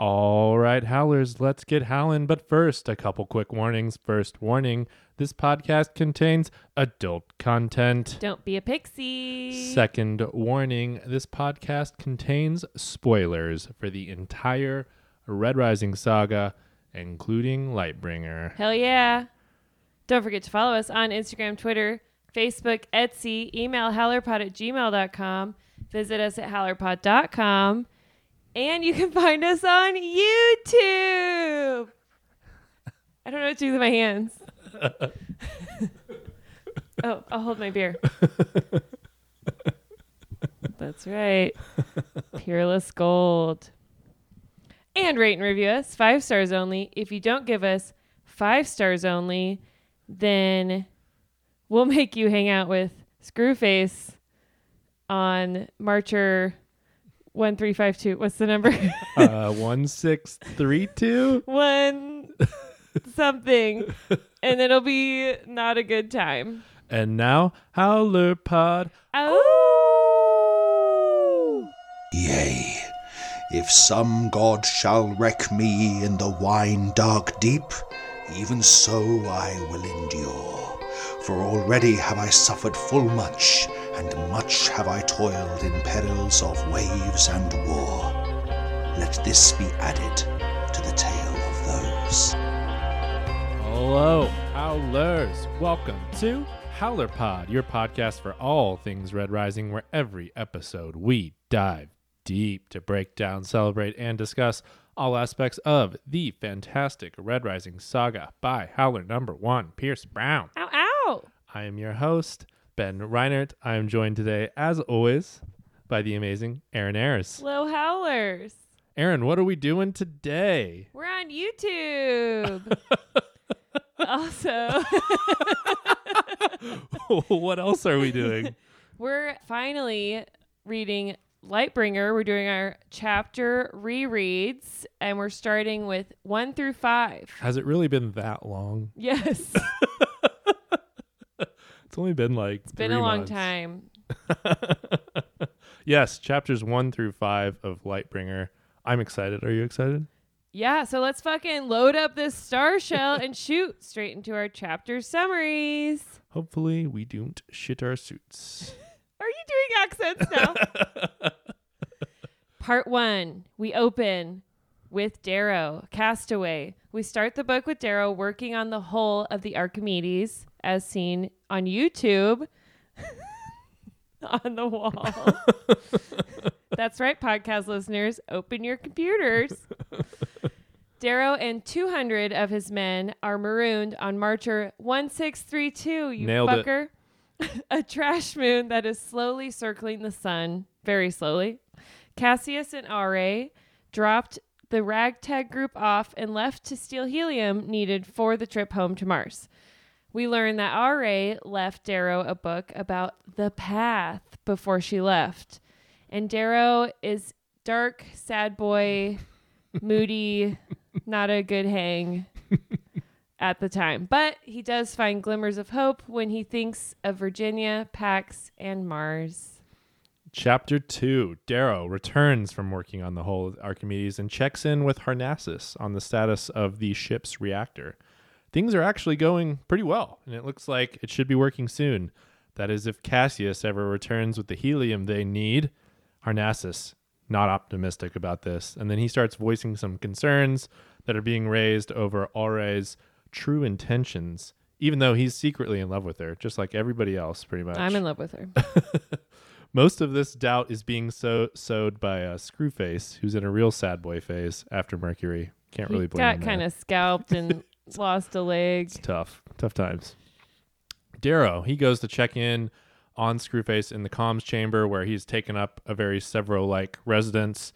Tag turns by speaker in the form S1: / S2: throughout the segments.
S1: All right, howlers, let's get howling. But first, a couple quick warnings. First warning this podcast contains adult content.
S2: Don't be a pixie.
S1: Second warning this podcast contains spoilers for the entire Red Rising saga, including Lightbringer.
S2: Hell yeah. Don't forget to follow us on Instagram, Twitter, Facebook, Etsy, email howlerpod at gmail.com. Visit us at howlerpod.com. And you can find us on YouTube. I don't know what to do with my hands. oh, I'll hold my beer. That's right. Peerless gold. And rate and review us five stars only. If you don't give us five stars only, then we'll make you hang out with Screwface on Marcher 1352. What's the number?
S1: Uh, 1632?
S2: One something. And it'll be not a good time.
S1: And now, Howler Pod.
S2: Oh.
S3: Yea, if some god shall wreck me in the wine dark deep, even so I will endure. For already have I suffered full much, and much have I toiled in perils of waves and war. Let this be added to the tale of those.
S1: Hello, Howlers. Welcome to Howler Pod, your podcast for all things Red Rising, where every episode we dive deep to break down, celebrate, and discuss all aspects of the fantastic Red Rising saga by Howler number one, Pierce Brown.
S2: Ow, ow.
S1: I am your host, Ben Reinert. I am joined today, as always, by the amazing Aaron Ayres.
S2: Slow howlers.
S1: Aaron, what are we doing today?
S2: We're on YouTube. also,
S1: what else are we doing?
S2: we're finally reading Lightbringer. We're doing our chapter rereads, and we're starting with one through five.
S1: Has it really been that long?
S2: Yes,
S1: It's only been like
S2: it's been a long time.
S1: yes, chapters one through five of Lightbringer. I'm excited. Are you excited?
S2: Yeah, so let's fucking load up this star shell and shoot straight into our chapter summaries.
S1: Hopefully, we don't shit our suits.
S2: Are you doing accents now? Part one, we open with Darrow, castaway. We start the book with Darrow working on the hull of the Archimedes, as seen on YouTube on the wall. That's right, podcast listeners, open your computers. Darrow and 200 of his men are marooned on Marcher 1632, you
S1: Nailed it.
S2: fucker a trash moon that is slowly circling the sun, very slowly. Cassius and Ra dropped the ragtag group off and left to steal helium needed for the trip home to Mars. We learn that Ra left Darrow a book about the path before she left, and Darrow is dark, sad boy, moody, not a good hang at the time. But he does find glimmers of hope when he thinks of Virginia, Pax, and Mars.
S1: Chapter two Darrow returns from working on the hull of Archimedes and checks in with Harnassus on the status of the ship's reactor. Things are actually going pretty well, and it looks like it should be working soon. That is, if Cassius ever returns with the helium they need. Harnassus, not optimistic about this, and then he starts voicing some concerns that are being raised over Aure's true intentions, even though he's secretly in love with her, just like everybody else, pretty much.
S2: I'm in love with her.
S1: Most of this doubt is being so sowed by uh, Screwface, who's in a real sad boy phase after Mercury. Can't really
S2: he
S1: blame
S2: got
S1: him.
S2: kind of scalped and lost a leg.
S1: It's tough, tough times. Darrow, he goes to check in on Screwface in the comms chamber where he's taken up a very Severo like residence.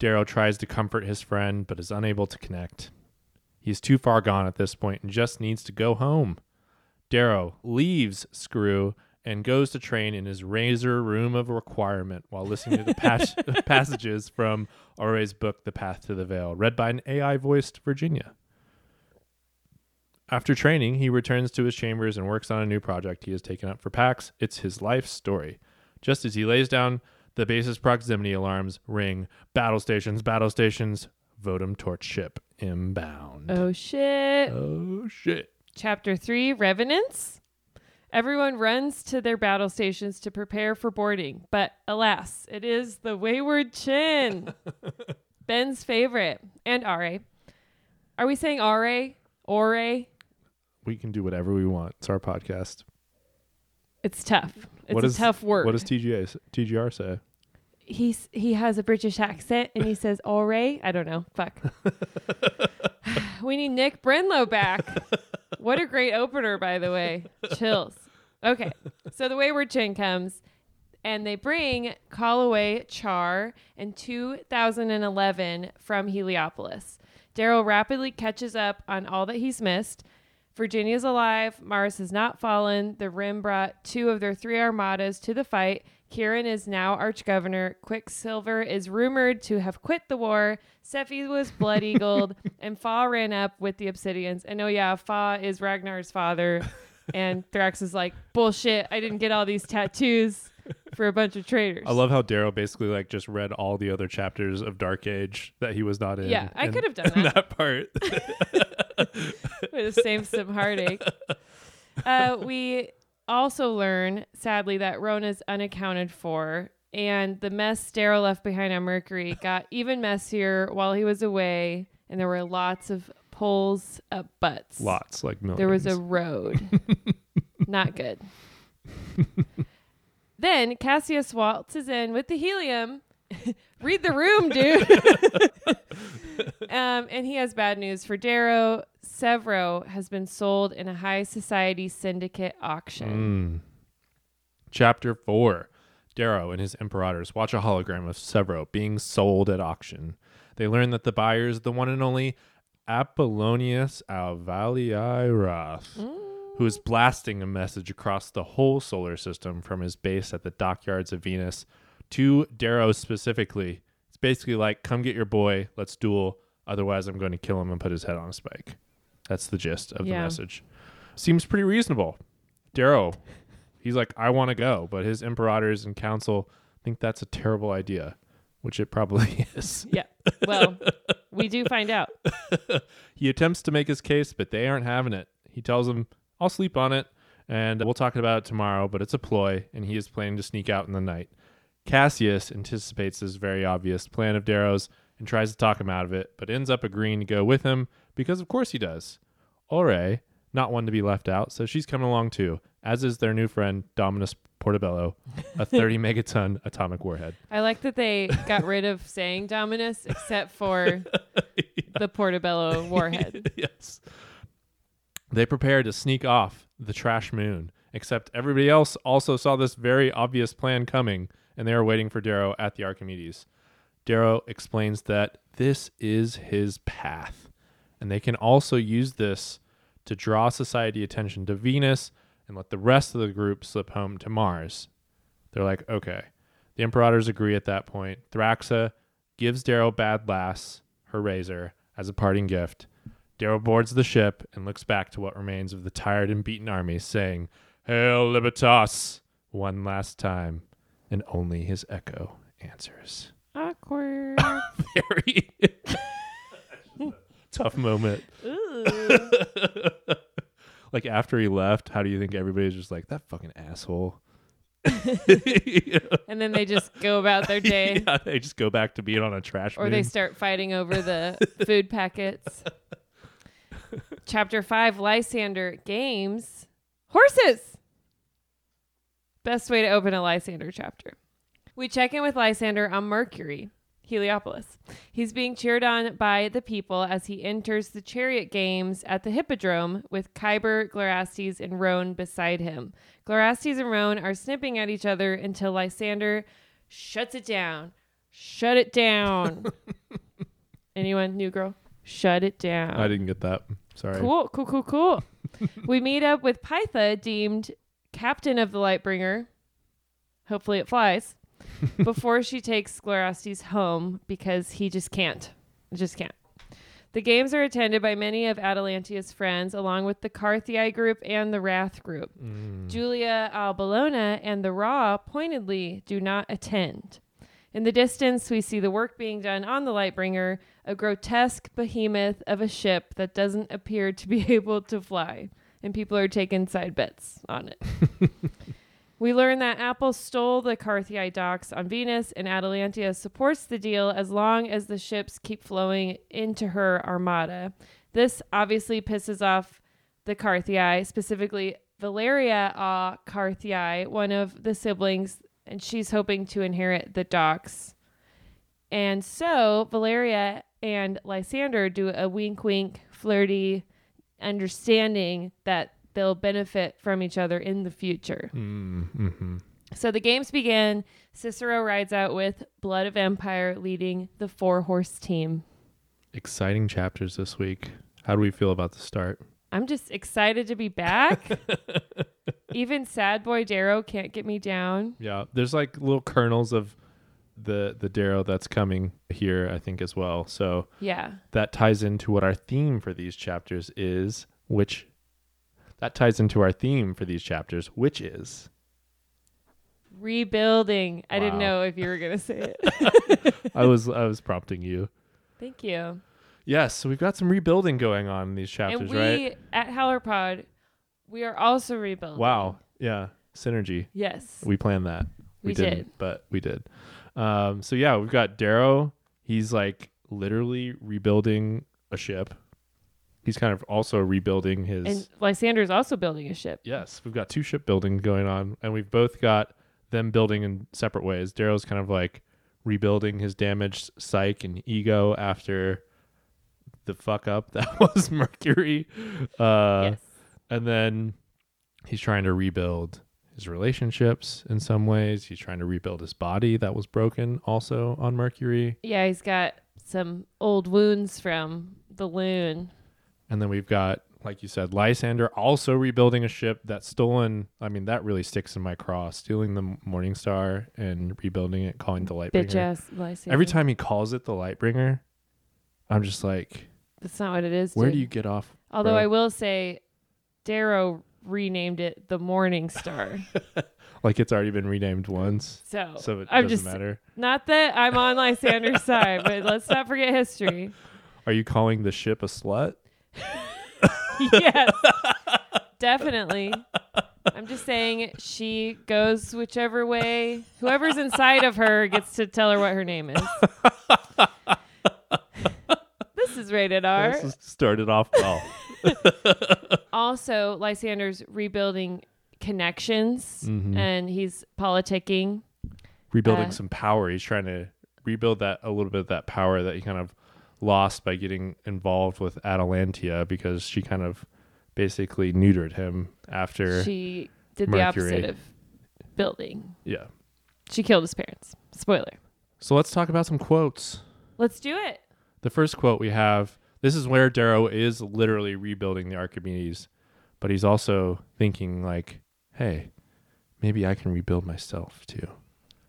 S1: Darrow tries to comfort his friend but is unable to connect. He's too far gone at this point and just needs to go home. Darrow leaves Screw and goes to train in his Razor Room of Requirement while listening to the pas- passages from Aure's book, The Path to the Veil, read by an AI voiced Virginia. After training, he returns to his chambers and works on a new project he has taken up for PAX. It's his life story. Just as he lays down, the base's proximity alarms ring. Battle stations, battle stations, Votum Torch Ship inbound.
S2: Oh shit.
S1: oh shit.
S2: Chapter 3 Revenants. Everyone runs to their battle stations to prepare for boarding, but alas, it is the Wayward Chin, Ben's favorite, and Are. Are we saying Are? Ore?
S1: We can do whatever we want. It's our podcast.
S2: It's tough. It's
S1: What
S2: a
S1: is-
S2: tough word.
S1: What does TGA s- TGR say?
S2: He's he has a British accent and he says "Ore." I don't know. Fuck. we need Nick Brenlow back. what a great opener, by the way. Chills. Okay, so the Wayward Chin comes, and they bring Callaway Char and 2011 from Heliopolis. Daryl rapidly catches up on all that he's missed. Virginia's alive. Mars has not fallen. The Rim brought two of their three armadas to the fight. Kieran is now arch governor. Quicksilver is rumored to have quit the war. Seffi was blood eagled, and Fa ran up with the Obsidians. And oh yeah, Fa is Ragnar's father. And Thrax is like, bullshit! I didn't get all these tattoos for a bunch of traitors.
S1: I love how Daryl basically like just read all the other chapters of Dark Age that he was not in.
S2: Yeah, I
S1: and-
S2: could have done
S1: and
S2: that.
S1: that part.
S2: Would have saved some heartache. Uh, we also learn, sadly, that Rona's unaccounted for, and the mess Daryl left behind on Mercury got even messier while he was away, and there were lots of pulls up butts.
S1: Lots, like millions.
S2: There was a road. Not good. then Cassius waltzes in with the helium. Read the room, dude. um, and he has bad news for Darrow. Severo has been sold in a high society syndicate auction.
S1: Chapter 4 Darrow and his Imperators watch a hologram of Severo being sold at auction. They learn that the buyer is the one and only Apollonius Alvaliaroth, who is blasting a message across the whole solar system from his base at the dockyards of Venus to Darrow specifically. It's basically like, come get your boy, let's duel, otherwise, I'm going to kill him and put his head on a spike. That's the gist of the
S2: Yeah.
S1: message. Seems pretty reasonable. Darrow he's like, I want to go, but his imperators and council think that's a terrible idea, which it probably is.
S2: Yeah. Well, we do find out.
S1: He attempts to make his case, but they aren't having it. He tells them, I'll sleep on it, and we'll talk about it tomorrow, but it's a ploy, and he is planning to sneak out in the night. Cassius anticipates this very obvious plan of Darrow's and tries to talk him out of it, but ends up agreeing to go with him because, of course, he does. Ore, not one to be left out, so she's coming along too, as is their new friend, Dominus Portobello, a 30 megaton atomic warhead.
S2: I like that they got rid of saying Dominus except for the Portobello warhead.
S1: yes. They prepare to sneak off the trash moon, except everybody else also saw this very obvious plan coming, and they are waiting for Darrow at the Archimedes. Darrow explains that this is his path, and they can also use this to draw society attention to Venus and let the rest of the group slip home to Mars. They're like, okay. The Imperators agree at that point. Thraxa gives Darrow Bad Lass her razor as a parting gift. Darrow boards the ship and looks back to what remains of the tired and beaten army, saying, Hail Libertas! one last time, and only his echo answers.
S2: Awkward.
S1: Very tough moment.
S2: Ooh.
S1: Like after he left, how do you think everybody's just like, that fucking asshole?
S2: And then they just go about their day
S1: Yeah, they just go back to being on a trash
S2: or
S1: moon.
S2: they start fighting over the food packets. Chapter 5 Lysander Games Horses. Best way to open a Lysander chapter. We check in with Lysander on Mercury, Heliopolis. He's being cheered on by the people as he enters the chariot games at the Hippodrome with Kyber, Glorastes, and Roan beside him. Glorastes and Roan are snipping at each other until Lysander shuts it down. Shut it down. Anyone, new girl? Shut it down.
S1: I didn't get that. Sorry.
S2: Cool, cool, cool, cool. we meet up with Pytha, deemed captain of the Lightbringer. Hopefully it flies. before she takes Sclerostes home because he just can't. Just can't. The games are attended by many of Atalantea's friends, along with the Carthii group and the Wrath group. Julia Albalona and the Raw pointedly do not attend. In the distance, we see the work being done on the Lightbringer, a grotesque behemoth of a ship that doesn't appear to be able to fly, and people are taking side bets on it. we learn that Apple stole the Carthii docks on Venus, and Atalantia supports the deal as long as the ships keep flowing into her armada. This obviously pisses off the Carthii, specifically Valeria Ah Carthii, one of the siblings, and she's hoping to inherit the docks. And so Valeria and Lysander do a wink wink flirty understanding that they'll benefit from each other in the future.
S1: Hmm,
S2: So the games begin. Cicero rides out with Blood of Empire leading the four horse team.
S1: Exciting chapters this week. How do we feel about the start?
S2: I'm just excited to be back. Even sad boy Darrow can't get me down.
S1: Yeah, there's like little kernels of the the Darrow that's coming here, I think as well. So
S2: Yeah.
S1: that ties into what our theme for these chapters is, which that ties into our theme for these chapters, which is
S2: Rebuilding. I didn't
S1: Wow.
S2: know if you were going to say it.
S1: I was I was prompting you.
S2: Thank you.
S1: Yes, so we've got some rebuilding going on in these
S2: And
S1: chapters,
S2: we
S1: right?
S2: at HowlerPod, we are also rebuilding.
S1: Wow. Yeah. Synergy.
S2: Yes.
S1: We planned that.
S2: We
S1: didn't,
S2: did.
S1: but we did. Um, so yeah, we've got Darrow. He's like literally rebuilding a ship. He's kind of also rebuilding his.
S2: And Lysander's also building a ship.
S1: yes, we've got two shipbuilding going on, and we've both got them building in separate ways. Darrow's kind of like rebuilding his damaged psyche and ego after the fuck up that was Mercury. Uh,
S2: yes.
S1: and then he's trying to rebuild his relationships in some ways. He's trying to rebuild his body that was broken also on Mercury.
S2: Yeah, he's got some old wounds from the loon.
S1: And then we've got, like you said, Lysander also rebuilding a ship that's stolen. I mean, that really sticks in my craw. Stealing the Morning Star and rebuilding it, calling the
S2: Bitch
S1: Lightbringer.
S2: ass Lysander.
S1: Every time he calls it the Lightbringer, I'm just like,
S2: That's not what it is.
S1: where
S2: dude.
S1: do you get off?
S2: Although
S1: bro?
S2: I will say, Darrow renamed it the Morning Star.
S1: like it's already been renamed once.
S2: So,
S1: So it
S2: I'm
S1: doesn't
S2: just
S1: matter.
S2: not that I'm on Lysander's side, but let's not forget history.
S1: Are you calling the ship a slut?
S2: yes, definitely. I'm just saying she goes whichever way, whoever's inside of her gets to tell her what her name is. this is rated R.
S1: This is- started off well.
S2: also Lysander's rebuilding connections
S1: Mm-hmm.
S2: and he's politicking.
S1: rebuilding
S2: Uh,
S1: some power. He's trying to rebuild that a little bit of that power that he kind of lost by getting involved with Atalantia because she kind of basically neutered him after
S2: She did the
S1: Mercury.
S2: opposite of building.
S1: yeah.
S2: She killed his parents. Spoiler.
S1: So let's talk about some quotes.
S2: Let's do it.
S1: The first quote we have, this is where Darrow is literally rebuilding the Archimedes, but he's also thinking like, "Hey, maybe I can rebuild myself too."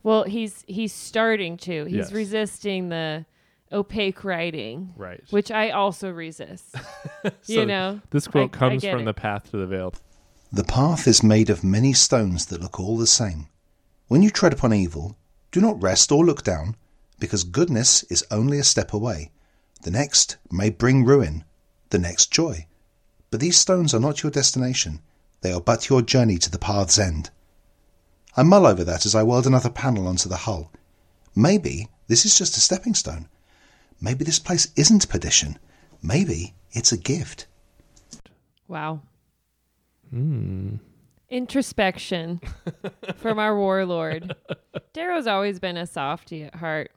S2: Well, he's he's starting to. He's
S1: Yes.
S2: resisting the opaque writing,
S1: Right.
S2: which I also resist.
S1: So
S2: you know,
S1: This
S2: I-
S1: quote
S2: I
S1: comes
S2: get
S1: from
S2: it.
S1: the path to the veil.
S3: The path is made of many stones that look all the same. When you tread upon evil, do not rest or look down, because goodness is only a step away. The next may bring ruin, the next joy. But these stones are not your destination, they are but your journey to the path's end. I mull over that as I weld another panel onto the hull. Maybe this is just a stepping stone. Maybe this place isn't perdition. Maybe it's a gift.
S2: Wow.
S1: Hmm.
S2: Introspection from our warlord. Darrow's always been a softy at heart.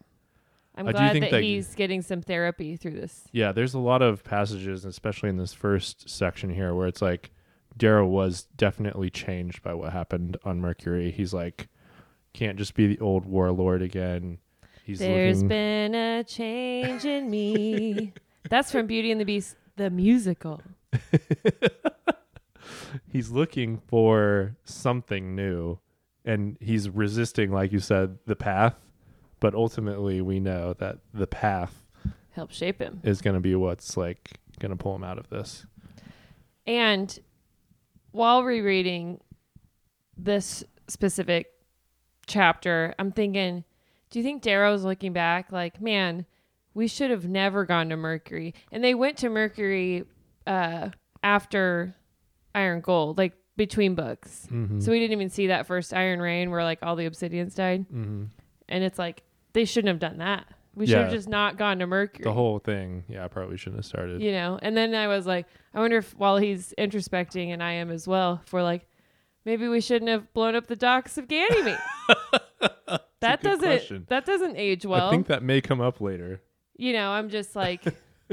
S2: I'm
S1: I do
S2: glad
S1: think
S2: that,
S1: that you-
S2: he's getting some therapy through this.
S1: Yeah, there's a lot of passages, especially in this first section here, where it's like Darrow was definitely changed by what happened on Mercury. He's like, can't just be the old warlord again. He's
S2: There's
S1: looking,
S2: been a change in me. That's from Beauty and the Beast, the musical.
S1: he's looking for something new, and he's resisting, like you said, the path. But ultimately, we know that the path
S2: Helped shape him.
S1: is going to be what's like going to pull him out of this.
S2: And while rereading this specific chapter, I'm thinking Do you think Darrow's looking back like, man, we should have never gone to Mercury? And they went to Mercury uh, after Iron Gold, like between books. So we didn't even see that first Iron Rain where like all the obsidians died. And it's like, they shouldn't have done that. We should have
S1: Yeah.
S2: just not gone to Mercury.
S1: The whole thing. Yeah, I probably shouldn't have started.
S2: you know, and then I was like, I wonder if while he's introspecting and I am as well, if we're like, maybe we shouldn't have blown up the docks of Ganymede.
S1: good
S2: that doesn't
S1: question.
S2: that doesn't age well
S1: I think that may come up later.
S2: you know, I'm just like,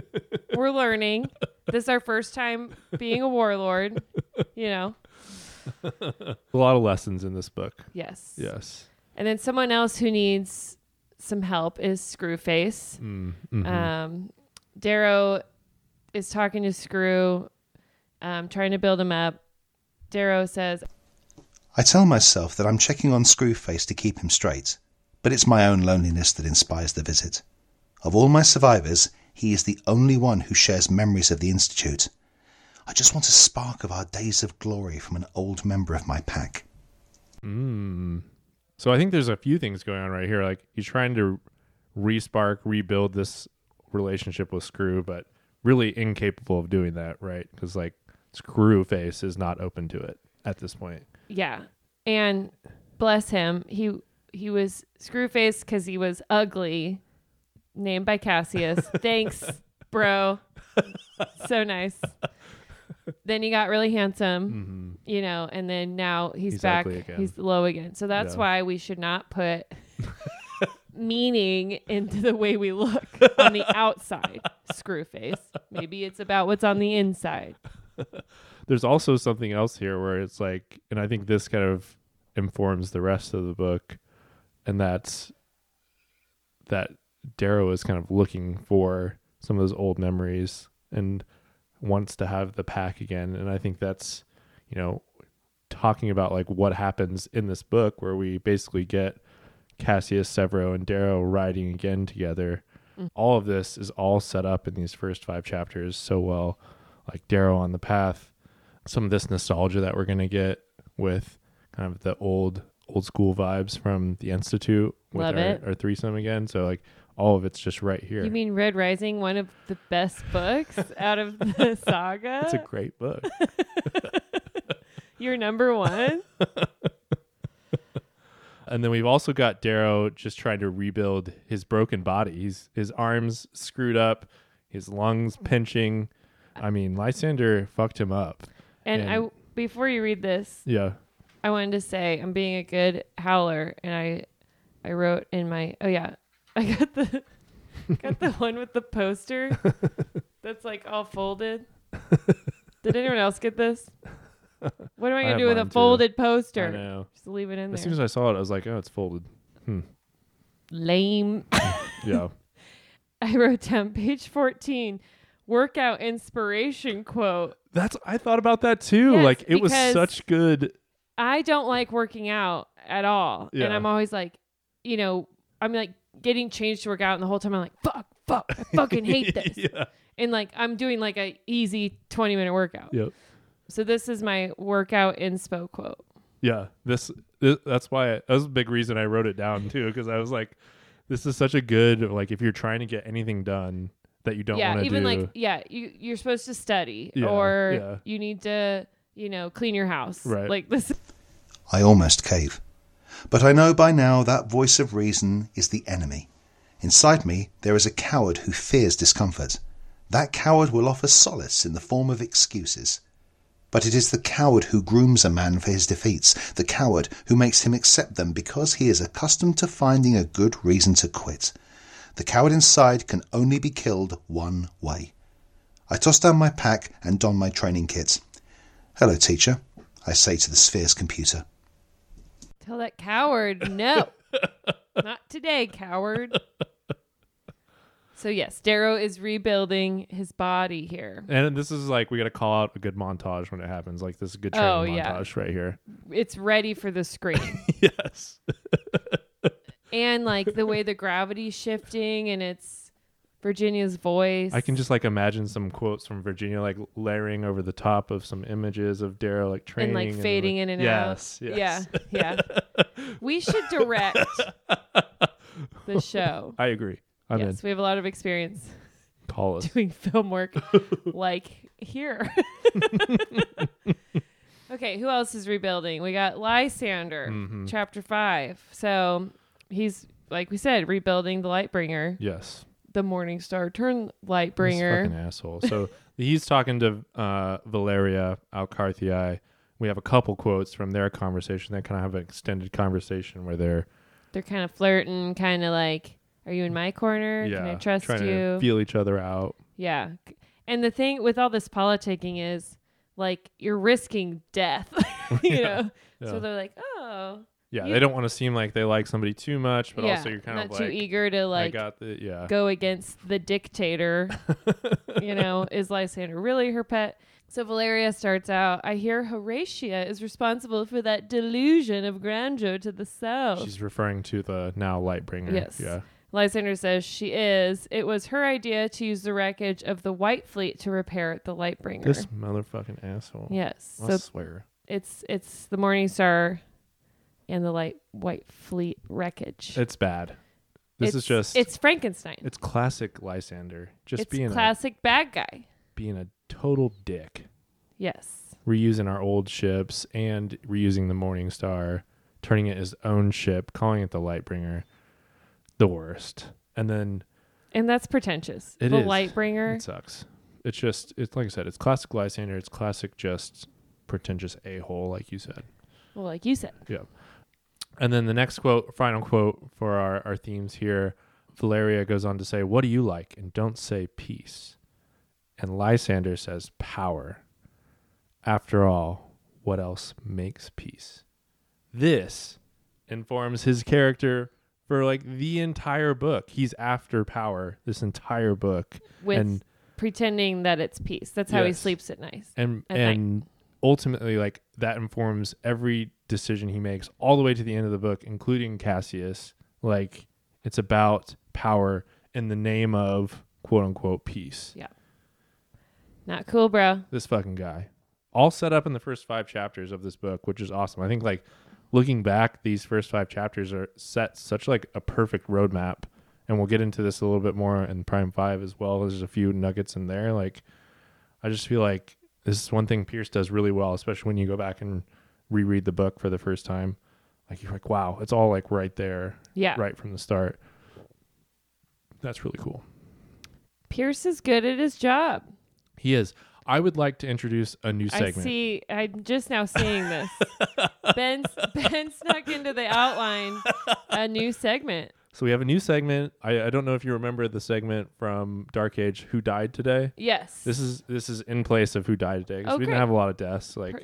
S2: we're learning. This is our first time being a warlord. You know,
S1: A lot of lessons in this book.
S2: yes.
S1: Yes.
S2: And then someone else who needs some help is Screwface. Um, Darrow is talking to Screw, um, trying to build him up. Darrow says,
S3: I tell myself that I'm checking on Screwface to keep him straight, but it's my own loneliness that inspires the visit. Of all my survivors, he is the only one who shares memories of the Institute. I just want a spark of our days of glory from an old member of my pack.
S1: So I think there's a few things going on right here. Like he's trying to respark, rebuild this relationship with Screw, but really incapable of doing that, right? Because like Screw Face is not open to it at this point.
S2: Yeah. And bless him, he he was Screwface because he was ugly, named by Cassius. Thanks, bro. so nice. Then he got really handsome, you know, and then now he's,
S1: Mm-hmm. He's
S2: back.
S1: ugly again.
S2: He's low again. So that's
S1: Yeah.
S2: why we should not put meaning into the way we look on the outside. Screwface. Maybe it's about what's on the inside.
S1: There's also something else here where it's like, and I think this kind of informs the rest of the book, and that's that Darrow is kind of looking for some of those old memories and wants to have the pack again. And I think that's, you know, talking about like what happens in this book where we basically get Cassius, Severo, and Darrow riding again together.
S2: Mm.
S1: All of this is all set up in these first five chapters so well. Like Darrow on the path, some of this nostalgia that we're gonna get with kind of the old old school vibes from the Institute with
S2: Love
S1: our,
S2: it.
S1: our threesome again. So like all of it's just right here.
S2: You mean Red Rising, one of the best books out of the saga?
S1: it's a great book.
S2: Your number one?
S1: And then we've also got Darrow just trying to rebuild his broken body. He's his arms screwed up, his lungs
S2: Hmm.
S1: pinching. I mean, Lysander fucked him up.
S2: And
S1: And-
S2: I before you read this,
S1: Yeah.
S2: I wanted to say I'm being a good howler and I I wrote in my oh yeah. I got the got the one with the poster that's like all folded. Did anyone else get this? What am I
S1: I
S2: gonna
S1: have
S2: do with a
S1: mine too.
S2: folded
S1: I
S2: poster?
S1: know.
S2: Just leave it in
S1: As
S2: there.
S1: soon as I saw it, I was like, oh, it's folded.
S2: Lame.
S1: Yeah.
S2: I wrote down page 14 workout inspiration quote.
S1: That's I thought about that too.
S2: Yes,
S1: like it was
S2: because-
S1: such good
S2: I don't like working out at all.
S1: Yeah.
S2: And I'm always like, you know, I'm like getting changed to work out and the whole time I'm like, fuck, fuck, I fucking hate this.
S1: yeah.
S2: And like I'm doing like a easy 20 minute workout.
S1: Yep.
S2: So this is my workout inspo quote.
S1: Yeah. This, this that's why that was a big reason I wrote it down too, because I was like, this is such a good like if you're trying to get anything done that you don't
S2: yeah,
S1: want to
S2: even
S1: do.
S2: like yeah, you you're supposed to study
S1: Yeah,
S2: or
S1: yeah.
S2: you need to, you know, clean your house.
S1: Right.
S2: Like this
S3: I almost cave. But I know by now that voice of reason is the enemy. Inside me, there is a coward who fears discomfort. That coward will offer solace in the form of excuses. But it is the coward who grooms a man for his defeats, the coward who makes him accept them because he is accustomed to finding a good reason to quit. The coward inside can only be killed one way. I toss down my pack and don my training kit. Hello, teacher, I say to the sphere's computer.
S2: Tell that coward no. Not today, coward. So yes, Darrow is rebuilding his body here.
S1: And this is like we got to call out a good montage when it happens. Like this is a good training
S2: Oh, yeah.
S1: montage right here.
S2: It's ready for the screen.
S1: Yes.
S2: and like the way the gravity's shifting and it's Virginia's voice.
S1: I can just like imagine some quotes from Virginia like layering over the top of some images of Daryl like
S2: and
S1: training
S2: like
S1: then,
S2: fading in and
S1: yes,
S2: out.
S1: Yes.
S2: Yeah. Yeah. we should direct this show.
S1: I agree. I'm
S2: yes, we have a lot of experience
S1: in. Call us.
S2: doing film work like here. okay, who else is rebuilding? We got Lysander,
S1: Mm-hmm.
S2: chapter five. So he's like we said, rebuilding the Lightbringer,
S1: Yes.
S2: the Morning Star turn
S1: This fucking
S2: Lightbringer.
S1: asshole. So he's talking to uh, Valeria Alcarthii. We have a couple quotes from their conversation. They kind of have an extended conversation where they're
S2: They're kind of flirting, kind of like, "Are you in my corner?
S1: yeah,
S2: Can I trust
S1: trying
S2: you?"
S1: to feel each other out.
S2: yeah, and the thing with all this politicking is like you're risking death, you know.
S1: Yeah.
S2: So they're like, "Oh,
S1: Yeah,
S2: You-
S1: they don't want to seem like they like somebody too much, but
S2: yeah,
S1: also you're kind
S2: not
S1: of like,
S2: too eager to
S1: I
S2: like."
S1: got the yeah.
S2: go against the dictator. you know, is Lysander really her pet? So Valeria starts out, I hear Horatia is responsible for that delusion of grandeur to the south.
S1: She's referring to the now Lightbringer.
S2: Yes.
S1: Yeah.
S2: Lysander says she is. It was her idea to use the wreckage of the White Fleet to repair the Lightbringer.
S1: This motherfucking asshole.
S2: yes.
S1: I
S2: So
S1: swear.
S2: it's it's the Morning Star and the Light White Fleet wreckage.
S1: It's bad. This is
S2: It's-
S1: just it's,
S2: it's Frankenstein. It's,
S1: classic Lysander. Just being
S2: classic bad guy.
S1: a being a total dick.
S2: Yes.
S1: Reusing our old ships and reusing the Morning Star, turning it his own ship, calling it the Lightbringer. The worst. And then
S2: And that's pretentious.
S1: It
S2: the
S1: is.
S2: Lightbringer.
S1: it sucks. It's just it's like I said, it's classic Lysander, it's classic just pretentious a hole, like you said.
S2: well, like you said.
S1: Yeah. And then the next quote, final quote for our, our themes here Valeria goes on to say, What do you like? And don't say peace. And Lysander says, Power. After all, what else makes peace? This informs his character for like the entire book. He's after power this entire book.
S2: With
S1: and
S2: pretending that it's peace. That's how he
S1: Yes.
S2: sleeps at night.
S1: and
S2: At night.
S1: and ultimately like that informs every decision he makes all the way to the end of the book including cassius like it's about power in the name of quote unquote peace
S2: Yeah. Not cool, bro.
S1: this fucking guy all set up in the first five chapters of this book which is awesome i think like looking back these first five chapters are set such like a perfect roadmap and we'll get into this a little bit more in prime five as well there's a few nuggets in there like i just feel like this is one thing pierce does really well especially when you go back and reread the book for the first time like you're like wow it's all like right there
S2: Yeah.
S1: right from the start that's really cool
S2: Pierce is good at his job.
S1: he is i would like to introduce a new segment
S2: I see. I'm just now seeing this. ben, ben snuck into the outline a new segment.
S1: So we have a new segment. I, I don't know if you remember the segment from Dark Age, Who Died Today?
S2: Yes.
S1: This is this is in place of Who Died Today 'cause
S2: Oh,
S1: we
S2: great.
S1: didn't have a lot of deaths. Like
S2: Per-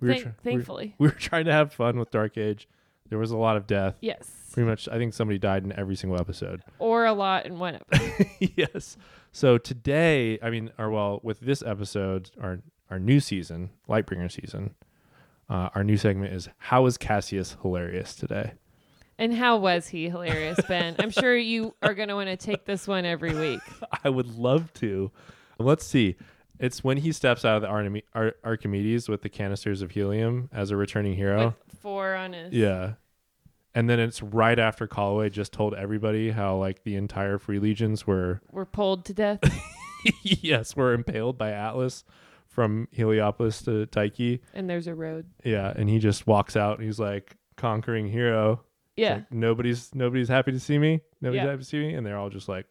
S1: we were
S2: thank-
S1: try- we were-
S2: thankfully.
S1: we were trying to have fun with Dark Age. There was a lot of death.
S2: yes.
S1: Pretty much, I think somebody died in every single episode.
S2: Or a lot in one of them.
S1: yes. So today, I mean, or well, with this episode, our our new season, Lightbringer season, uh, our new segment is How is Cassius hilarious today?
S2: And how was he hilarious, Ben? I'm sure you are going to want to take this one every week.
S1: I would love to. Let's see. It's when he steps out of the Arnemi- Ar- Archimedes with the canisters of helium as a returning hero.
S2: With four on his.
S1: yeah. And then it's right after Calloway just told everybody how like the entire Free Legions were
S2: We're pulled to death.
S1: yes, were impaled by Atlas from Heliopolis to Tyche.
S2: and there's a road.
S1: Yeah, and he just walks out and he's like conquering hero. It's
S2: Yeah,
S1: like, nobody's nobody's happy to see me. Nobody's
S2: Yeah.
S1: happy to see me and they're all just like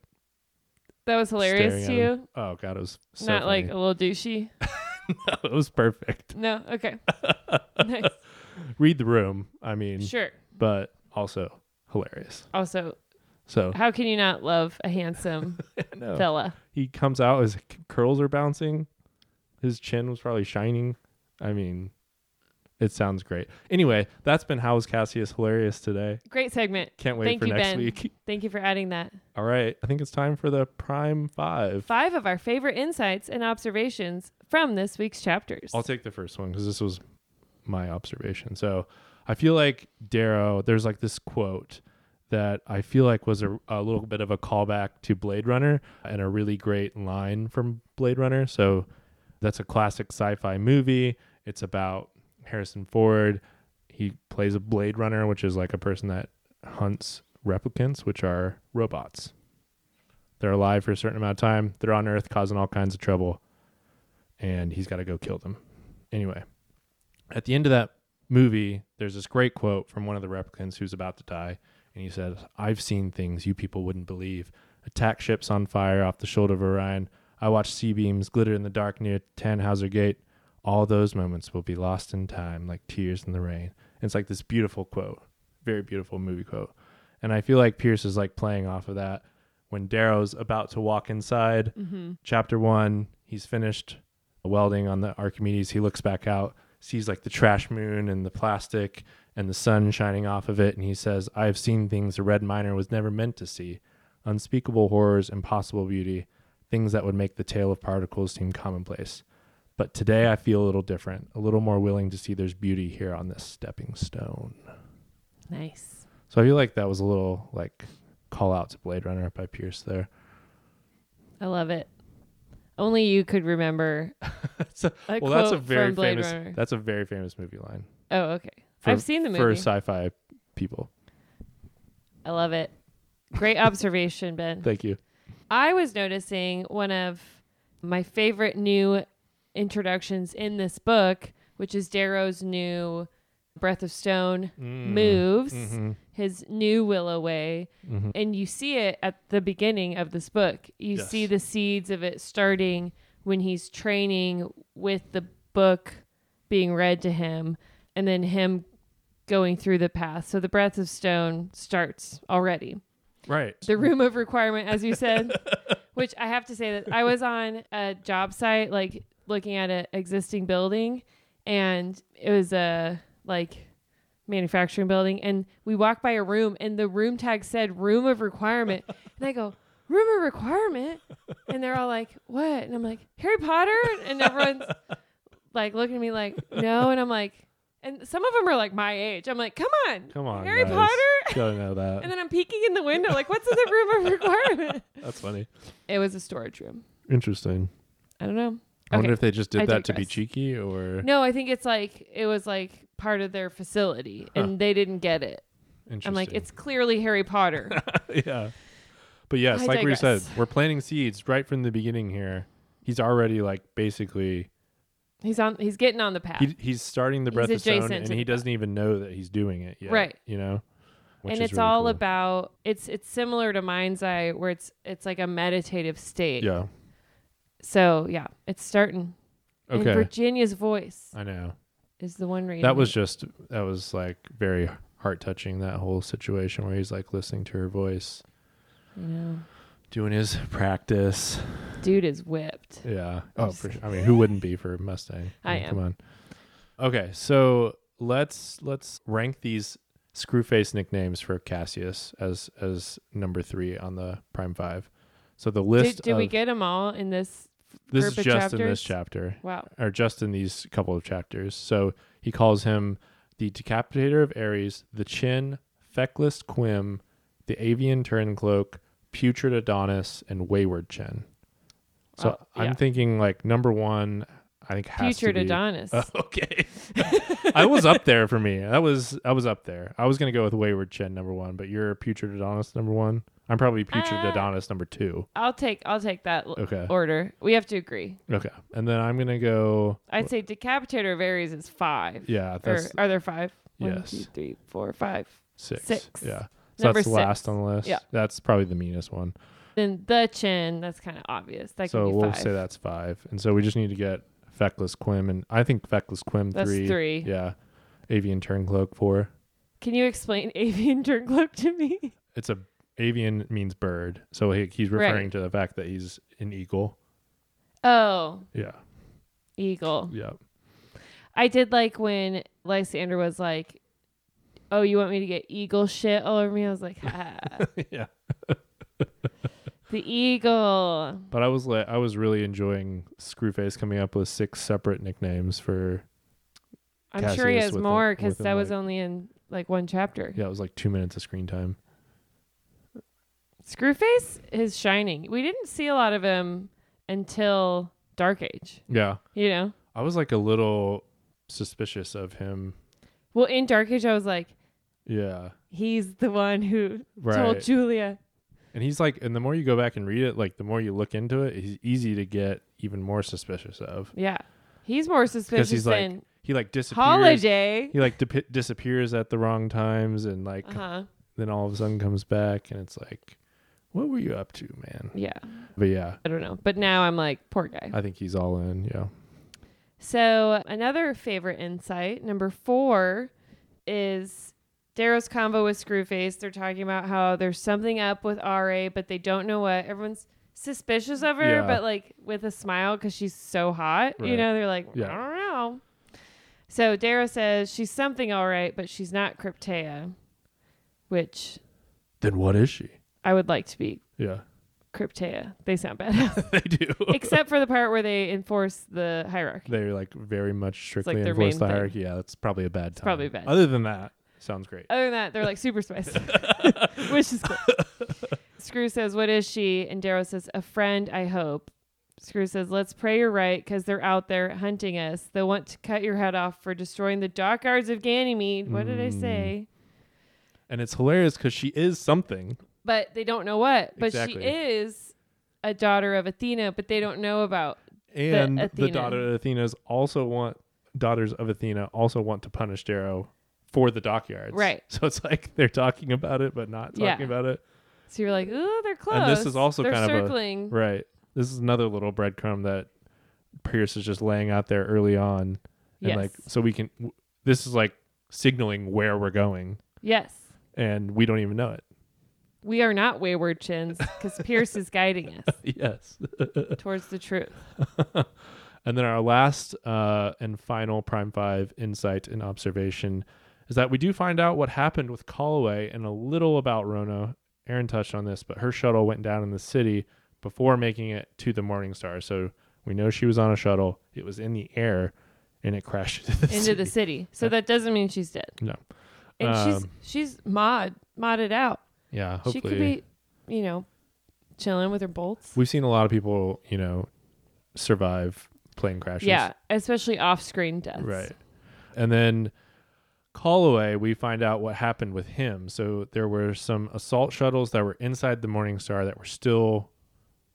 S2: that was hilarious to
S1: staring at him.
S2: you.
S1: Oh god, it was so
S2: Not like
S1: funny.
S2: a little douchey.
S1: it was perfect.
S2: No, okay. nice.
S1: read the room. I mean,
S2: Sure.
S1: but also hilarious.
S2: Also,
S1: So
S2: how can you not love a handsome
S1: no.
S2: fella?
S1: he comes out, his c- curls are bouncing, his chin was probably shining. I mean, it sounds great. Anyway, that's been How's Cassius Hilarious today.
S2: Great segment.
S1: Can't wait
S2: Thank
S1: for
S2: you,
S1: next
S2: Ben.
S1: week.
S2: Thank you for adding that.
S1: All right, I think it's time for the Prime Five.
S2: Five of our favorite insights and observations from this week's chapters.
S1: I'll take the first one because this was my observation. So I feel like Darrow, there's like this quote that I feel like was a, a little bit of a callback to Blade Runner and a really great line from Blade Runner. So that's a classic sci fi movie. It's about Harrison Ford. He plays a Blade Runner, which is like a person that hunts replicants, which are robots. They're alive for a certain amount of time. They're on Earth causing all kinds of trouble, and he's got to go kill them. Anyway, at the end of that movie, there's this great quote from one of the replicants who's about to die, and he says, "I've seen things you people wouldn't believe. Attack ships on fire off the shoulder of Orion. I watched sea beams glitter in the dark near Tannhauser Gate. All those moments will be lost in time, like tears in the rain." And it's like this beautiful quote, very beautiful movie quote, and I feel like Pierce is like playing off of that when Darrow's about to walk inside. Chapter one, he's finished welding on the Archimedes. He looks back out, sees like the trash moon and the plastic and the sun shining off of it, and he says, I have seen things the red miner was never meant to see unspeakable horrors, impossible beauty, things that would make the tale of particles seem commonplace. But today I feel a little different, a little more willing to see there's beauty here on this stepping stone.
S2: Nice.
S1: So I feel like that was a little like call out to Blade Runner by Pierce there.
S2: I love it. Only you could remember.
S1: That's a-
S2: A
S1: well, that's a
S2: quote
S1: very
S2: from Blade
S1: famous.
S2: Runner.
S1: That's a very famous movie line.
S2: Oh, okay.
S1: for-
S2: I've seen the
S1: for
S2: movie.
S1: sci-fi people.
S2: I love it. Great observation, Ben.
S1: Thank you.
S2: I was noticing one of my favorite new introductions in this book, which is Darrow's new Breath of Stone moves,
S1: Mm-hmm.
S2: his new Willow Way. And you see it at the beginning of this book. You
S1: Yes.
S2: see the seeds of it starting when he's training with the book being read to him and then him going through the path. So the Breath of Stone starts already
S1: Right.
S2: the room of requirement, as you said, which I have to say that I was on a job site, like looking at an existing building, and it was a like manufacturing building, and we walked by a room, and the room tag said room of requirement, and I go. Room of requirement, and they're all like, "What?" And I'm like, "Harry Potter," and everyone's like looking at me like, "No," and I'm like, and some of them are like my age. I'm like, "Come on,
S1: Come on,
S2: Harry
S1: guys.
S2: Potter."
S1: Gotta know that.
S2: And then I'm peeking in the window, like, what's in the room of requirement?
S1: that's funny.
S2: It was a storage room.
S1: Interesting.
S2: I don't know.
S1: I wonder if they just did
S2: I
S1: that to be
S2: digress.
S1: cheeky or
S2: no, I think it's like it was like part of their facility, and they didn't get it.
S1: interesting.
S2: I'm like, it's clearly Harry Potter.
S1: yeah. But yes,
S2: I
S1: like we said,
S2: digress.
S1: we're planting seeds right from the beginning here. He's already like basically
S2: he's on. He's getting on the path,
S1: he, he's starting the
S2: He's
S1: breath of stone
S2: adjacent
S1: and
S2: to
S1: he
S2: the
S1: doesn't even know that he's doing it yet.
S2: Right.
S1: You know? Which
S2: and
S1: is
S2: it's
S1: really
S2: all
S1: cool.
S2: about. It's it's similar to Mind's Eye, where it's it's like a meditative state.
S1: Yeah.
S2: So yeah, it's starting.
S1: Okay.
S2: And Virginia's voice
S1: I know.
S2: is the one reading.
S1: That was
S2: it.
S1: just that was like very heart touching that whole situation where he's like listening to her voice,
S2: You know,
S1: doing his practice.
S2: dude is whipped.
S1: Yeah. Oh, for sure. I mean, who wouldn't be for Mustang?
S2: I
S1: mean,
S2: am.
S1: Come on. Okay, so let's let's rank these Screwface nicknames for Cassius as as number three on the Prime Five. So the list.
S2: Did, did we
S1: of-
S2: get them all in this?
S1: this is
S2: per
S1: just in this chapter,
S2: chapters? Wow.
S1: or just in these couple of chapters. So he calls him the Decapitator of Ares, the Chin, Feckless Quim, the Avian Turncloak, Putrid Adonis, and Wayward Chin. So
S2: Wow, yeah.
S1: I'm thinking like number one. I think has
S2: Future
S1: to be.
S2: Adonis.
S1: Oh, okay. I was up there for me. That was I was up there. I was gonna go with Wayward Chin number one, but you're Putrid Adonis number one. I'm probably Putrid
S2: Uh,
S1: Adonis number two.
S2: I'll take I'll take that l-
S1: Okay.
S2: order. We have to agree.
S1: Okay, and then I'm gonna go.
S2: I'd say Decapitator of Ares is five.
S1: Yeah,
S2: Or
S1: that's
S2: are there five? One,
S1: Yes.
S2: two, three, four, five.
S1: six.
S2: six.
S1: Yeah, so
S2: Number
S1: that's the last
S2: six.
S1: on the list.
S2: Yeah.
S1: that's probably the meanest one.
S2: Then the chin. That's kind of obvious. That
S1: so
S2: can be
S1: we'll
S2: five.
S1: say that's five, and so we just need to get Feckless Quim, and I think Feckless Quim
S2: That's
S1: three.
S2: three.
S1: Yeah, Avian Turncloak four.
S2: Can you explain avian turncloak to me?
S1: It's a avian means bird, so he, he's
S2: Right.
S1: referring to the fact that he's an eagle.
S2: Oh,
S1: Yeah,
S2: eagle.
S1: yeah.
S2: I did like when Lysander was like, "Oh, you want me to get eagle shit all over me?" I was like, ah,
S1: yeah.
S2: "The eagle."
S1: But I was like, I was really enjoying Screwface coming up with six separate nicknames for.
S2: I'm sure he
S1: Cassius
S2: has
S1: within-
S2: more because
S1: within,
S2: that was
S1: like-
S2: only in like one chapter.
S1: Yeah, it was like two minutes of screen time.
S2: Screwface is shining. We didn't see a lot of him until Dark Age,
S1: Yeah,
S2: you know?
S1: I was like a little suspicious of him.
S2: Well, in Dark Age, I was like,
S1: Yeah.
S2: He's the one who
S1: Right.
S2: told Julia.
S1: And he's like, and the more you go back and read it, like the more you look into it, he's easy to get even more suspicious of
S2: Yeah. He's more
S1: because
S2: suspicious
S1: he's like
S2: than
S1: he like disappears.
S2: Holiday.
S1: He like dip disappears at the wrong times, and like
S2: Uh huh.
S1: then all of a sudden comes back, and it's like, what were you up to, man?
S2: Yeah.
S1: But yeah,
S2: I don't know. But now I'm like, poor guy.
S1: I think he's all in. Yeah.
S2: So another favorite insight, number four, is Darrow's convo with Screwface. They're talking about how there's something up with RA, but they don't know what. Everyone's suspicious of her,
S1: Yeah.
S2: but like with a smile because she's so hot. You
S1: Right.
S2: know, they're like,
S1: Yeah.
S2: I don't know. So Darrow says she's something all right, but she's not Cryptea, which
S1: Then what is she?
S2: I would like to be
S1: Yeah,
S2: Cryptea. They sound badass.
S1: they do.
S2: Except for the part where they enforce the hierarchy.
S1: They're like very much strictly
S2: their
S1: enforce
S2: main
S1: the
S2: thing.
S1: hierarchy. Yeah, that's probably a bad time.
S2: probably bad.
S1: Other than that, sounds great.
S2: Other than that, they're like super spicy, which is cool. Screw says, "What is she?" And Darrow says, "A friend, I hope." Screw says, "Let's pray you're right, because they're out there hunting us. They want to cut your head off for destroying the dockyards of Ganymede." What did I say?
S1: Mm. And it's hilarious because she is something.
S2: But they don't know what. But
S1: Exactly.
S2: she is a daughter of Athena, but they don't know about.
S1: And the,
S2: Athena.
S1: daughter of Athena's also want daughters of Athena also want to punish Darrow for the dockyards.
S2: Right.
S1: So it's like they're talking about it but not talking
S2: Yeah.
S1: about it.
S2: So you're like, "Ooh, they're close."
S1: And this is also
S2: they're
S1: kind of a-
S2: circling.
S1: Right. This is another little breadcrumb that Pierce is just laying out there early on. And
S2: Yes.
S1: like so we can w- this is like signaling where we're going
S2: yes,
S1: and we don't even know it.
S2: we are not wayward chins, because Pierce is guiding us
S1: Yes.
S2: towards the truth.
S1: And then our last uh, and final Prime 5 insight and observation is that we do find out what happened with Calloway and a little about Rona. Aaron touched on this, but her shuttle went down in the city before making it to the Morning Star. So we know she was on a shuttle, it was in the air, and it crashed into the
S2: into
S1: city.
S2: the city. So that doesn't mean she's dead.
S1: No.
S2: And
S1: Um,
S2: she's she's mod modded out.
S1: Yeah, hopefully.
S2: She could be, you know, chilling with her bolts.
S1: We've seen a lot of people, you know, survive plane crashes.
S2: Yeah, especially off screen deaths.
S1: Right. And then Calloway, we find out what happened with him. So there were some assault shuttles that were inside the Morning Star that were still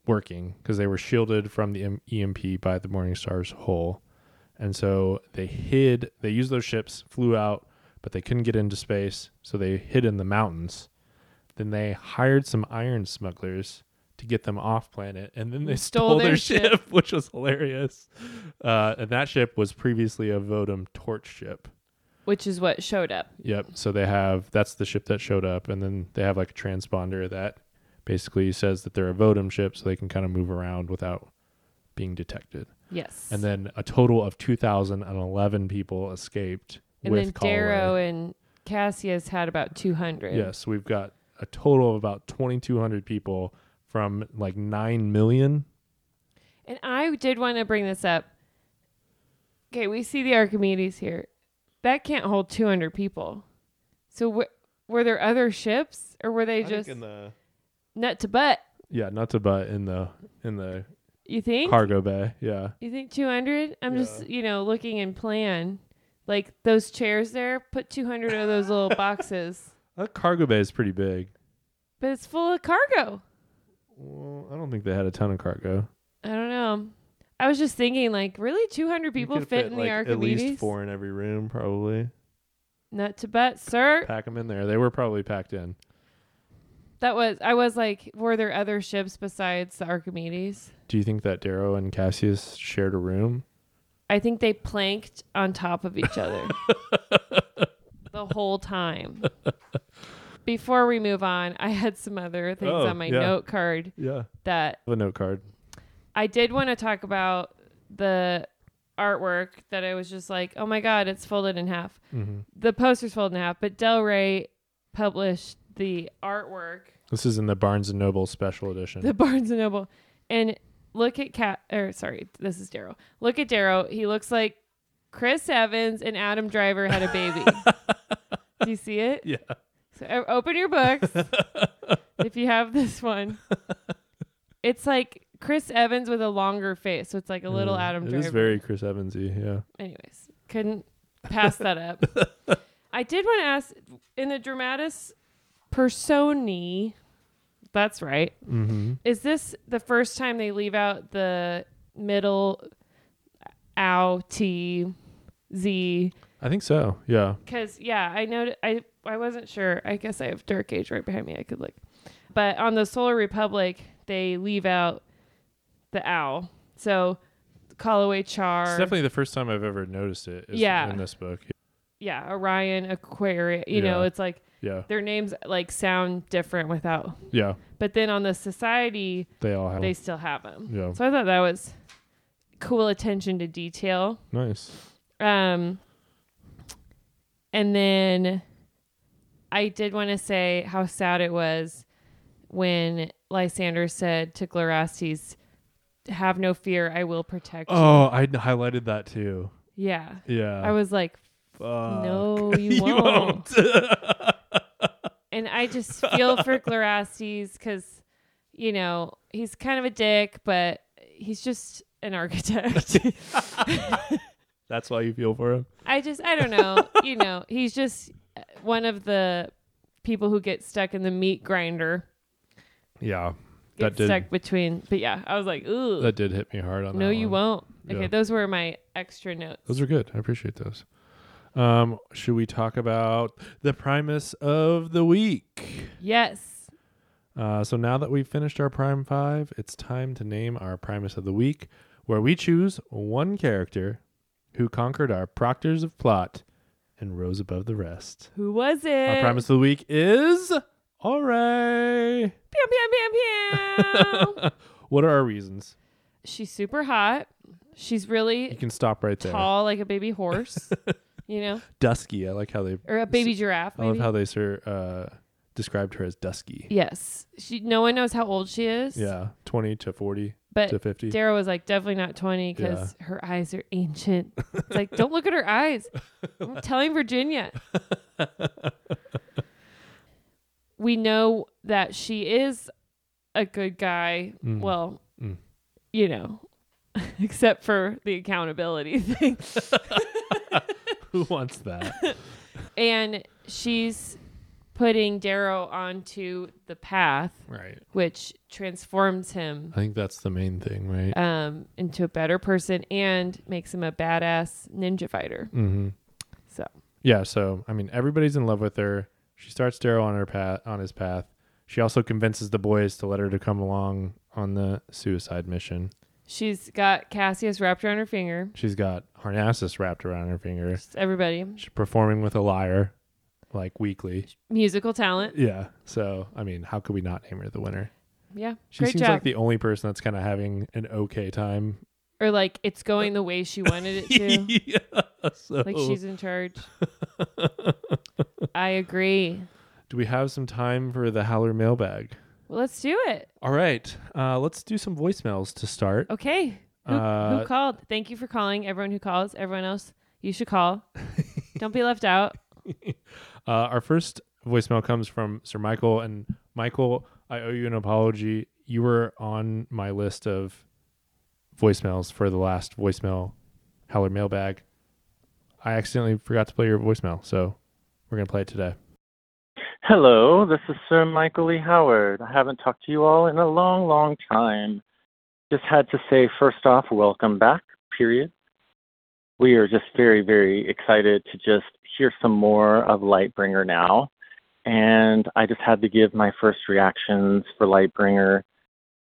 S1: working because they were shielded from the M- EMP by the Morning Star's hull. And so they hid, they used those ships, flew out, but they couldn't get into space. So they hid in the mountains. Then they hired some iron smugglers to get them off planet. And then they stole, their, ship, which was hilarious. Uh, and that ship was previously a Vodum torch ship.
S2: Which is what showed up.
S1: Yep. So they have that's the ship that showed up, and then they have like a transponder that basically says that they're a Vodum ship, so they can kind of move around without being detected.
S2: Yes.
S1: And then a total of two thousand and eleven people escaped
S2: And
S1: with
S2: then
S1: Callaway.
S2: Darrow and Cassius had about two hundred.
S1: Yes, we've got a total of about twenty two hundred people from like nine million.
S2: And I did want to bring this up. Okay, we see the Archimedes here. That can't hold two hundred people. So wh- were there other ships, or were they just
S1: the
S2: nut to butt?
S1: yeah, not to butt in the in the
S2: You think?
S1: cargo bay. Yeah,
S2: You think 200? I'm just, you know, looking in plan. Like those chairs there, put 200 of those little boxes.
S1: that cargo bay is pretty big.
S2: But it's full of cargo.
S1: Well, I don't think they had a ton of cargo.
S2: I don't know. I was just thinking, like, really 200 people fit, in the Archimedes?
S1: At least four in every room, probably.
S2: Nut to butt, sir.
S1: Pack them in there. They were probably packed in.
S2: That was, I was like, were there other ships besides the Archimedes?
S1: Do you think that Darrow and Cassius shared a room?
S2: I think they planked on top of each other the whole time. Before we move on, I had some other things
S1: Oh,
S2: on my
S1: yeah.
S2: note card
S1: Yeah.
S2: that
S1: I have a note card.
S2: I did want to talk about the artwork that I was just like, oh my god, it's folded in half. The poster's folded in half, but Del Rey published the artwork,
S1: This is in the Barnes and Noble special edition.
S2: the Barnes and Noble, and look at Cat. Or sorry, this is Darrow. Look at Darrow. He looks like Chris Evans and Adam Driver had a baby. Do you see it?
S1: yeah.
S2: So o- open your books if you have this one. It's like Chris Evans with a longer face, so it's like a little Adam
S1: Mm. It
S2: Driver.
S1: is very Chris Evansy. Yeah.
S2: Anyways, couldn't pass that up. I did want to ask in the Dramatis Personae, that's right.
S1: Mm-hmm.
S2: Is this the first time they leave out the middle ow t z?
S1: I think so. Yeah.
S2: Because yeah, I know I I wasn't sure. I guess I have Dark Age right behind me. I could look, but on the Solar Republic they leave out the owl. So Callaway Char.
S1: It's definitely the first time I've ever noticed it. Is
S2: Yeah.
S1: In this book.
S2: yeah, Orion, Aquarius. You know,
S1: Yeah.
S2: it's like
S1: Yeah.
S2: their names like sound different without.
S1: Yeah.
S2: But then on the Society,
S1: They all have.
S2: they still have them.
S1: yeah.
S2: So I thought that was cool attention to detail.
S1: Nice.
S2: Um, and then I did want to say how sad it was when Lysander said to Glorastes, "Have no fear, I will protect
S1: Oh, I highlighted that too.
S2: you." Yeah,
S1: Yeah. Uh,
S2: I was like, "No, you,
S1: You
S2: won't." and I just feel for Glorastes because, you know, he's kind of a dick, but he's just an architect.
S1: That's why you feel for him.
S2: I just, I don't know. you know, he's just uh, one of the people who get stuck in the meat grinder,
S1: Yeah.
S2: get
S1: that did
S2: stuck between. But yeah, I was like, ooh,
S1: that did hit me hard on that.
S2: no, you
S1: one.
S2: won't. Okay,
S1: Yeah.
S2: those were my extra notes.
S1: Those are good. I appreciate those. Um, should we talk about the Primus of the week?
S2: yes.
S1: Uh, so now that we've finished our Prime 5, it's time to name our Primus of the Week, where we choose one character who conquered our Proctors of Plot and rose above the rest.
S2: Who was it?
S1: Our Primus of the Week is Ore.
S2: Pew, pew, pew, pew.
S1: What are our reasons?
S2: She's super hot. She's
S1: You
S2: really
S1: can stop right there.
S2: tall, like a baby horse. you know,
S1: Dusky. I like how they.
S2: or a baby giraffe.
S1: I love
S2: maybe.
S1: how they sir, uh, described her as dusky.
S2: yes, she. No one knows how old she is.
S1: Yeah, twenty to forty
S2: but
S1: to fifty.
S2: Dara was like definitely not twenty because her eyes are ancient. It's like don't look at her eyes. I'm telling Virginia. we know that she is a good guy.
S1: Mm.
S2: Well,
S1: Mm.
S2: you know, except for the accountability thing.
S1: Who wants that?
S2: and she's putting Darrow onto the path,
S1: right.
S2: which transforms him
S1: I think that's the main thing, right?
S2: um, into a better person and makes him a badass ninja fighter.
S1: mm-hmm.
S2: So
S1: Yeah. So I mean, everybody's in love with her. She starts Darrow on her path on his path. She also convinces the boys to let her to come along on the suicide mission.
S2: she's got Cassius wrapped around her finger.
S1: She's got Harnassus wrapped around her finger.
S2: Just everybody,
S1: She's performing with a liar, like weekly.
S2: musical talent.
S1: Yeah. So I mean, how could we not name her the winner?
S2: Yeah,
S1: She
S2: great
S1: seems
S2: job.
S1: like the only person that's kind of having an okay time.
S2: or like it's going the way she wanted it to.
S1: yeah, so
S2: like she's in charge. I agree.
S1: do we have some time for the Howler mailbag?
S2: Well, let's do it.
S1: All right, uh, let's do some voicemails to start.
S2: Okay. Who,
S1: Uh,
S2: who called? Thank you for calling. Everyone who calls, everyone else, you should call. Don't be left out.
S1: Uh, our first voicemail comes from Sir Michael, and Michael, I owe you an apology. You were on my list of voicemails for the last voicemail Howler mailbag. I accidentally forgot to play your voicemail, so we're gonna play it today.
S4: Hello, this is Sir Michael E. Howard. I haven't talked to you all in a long, long time. Just had to say, first off, welcome back, period. We are just very, very excited to just hear some more of Lightbringer now. And I just had to give my first reactions for Lightbringer.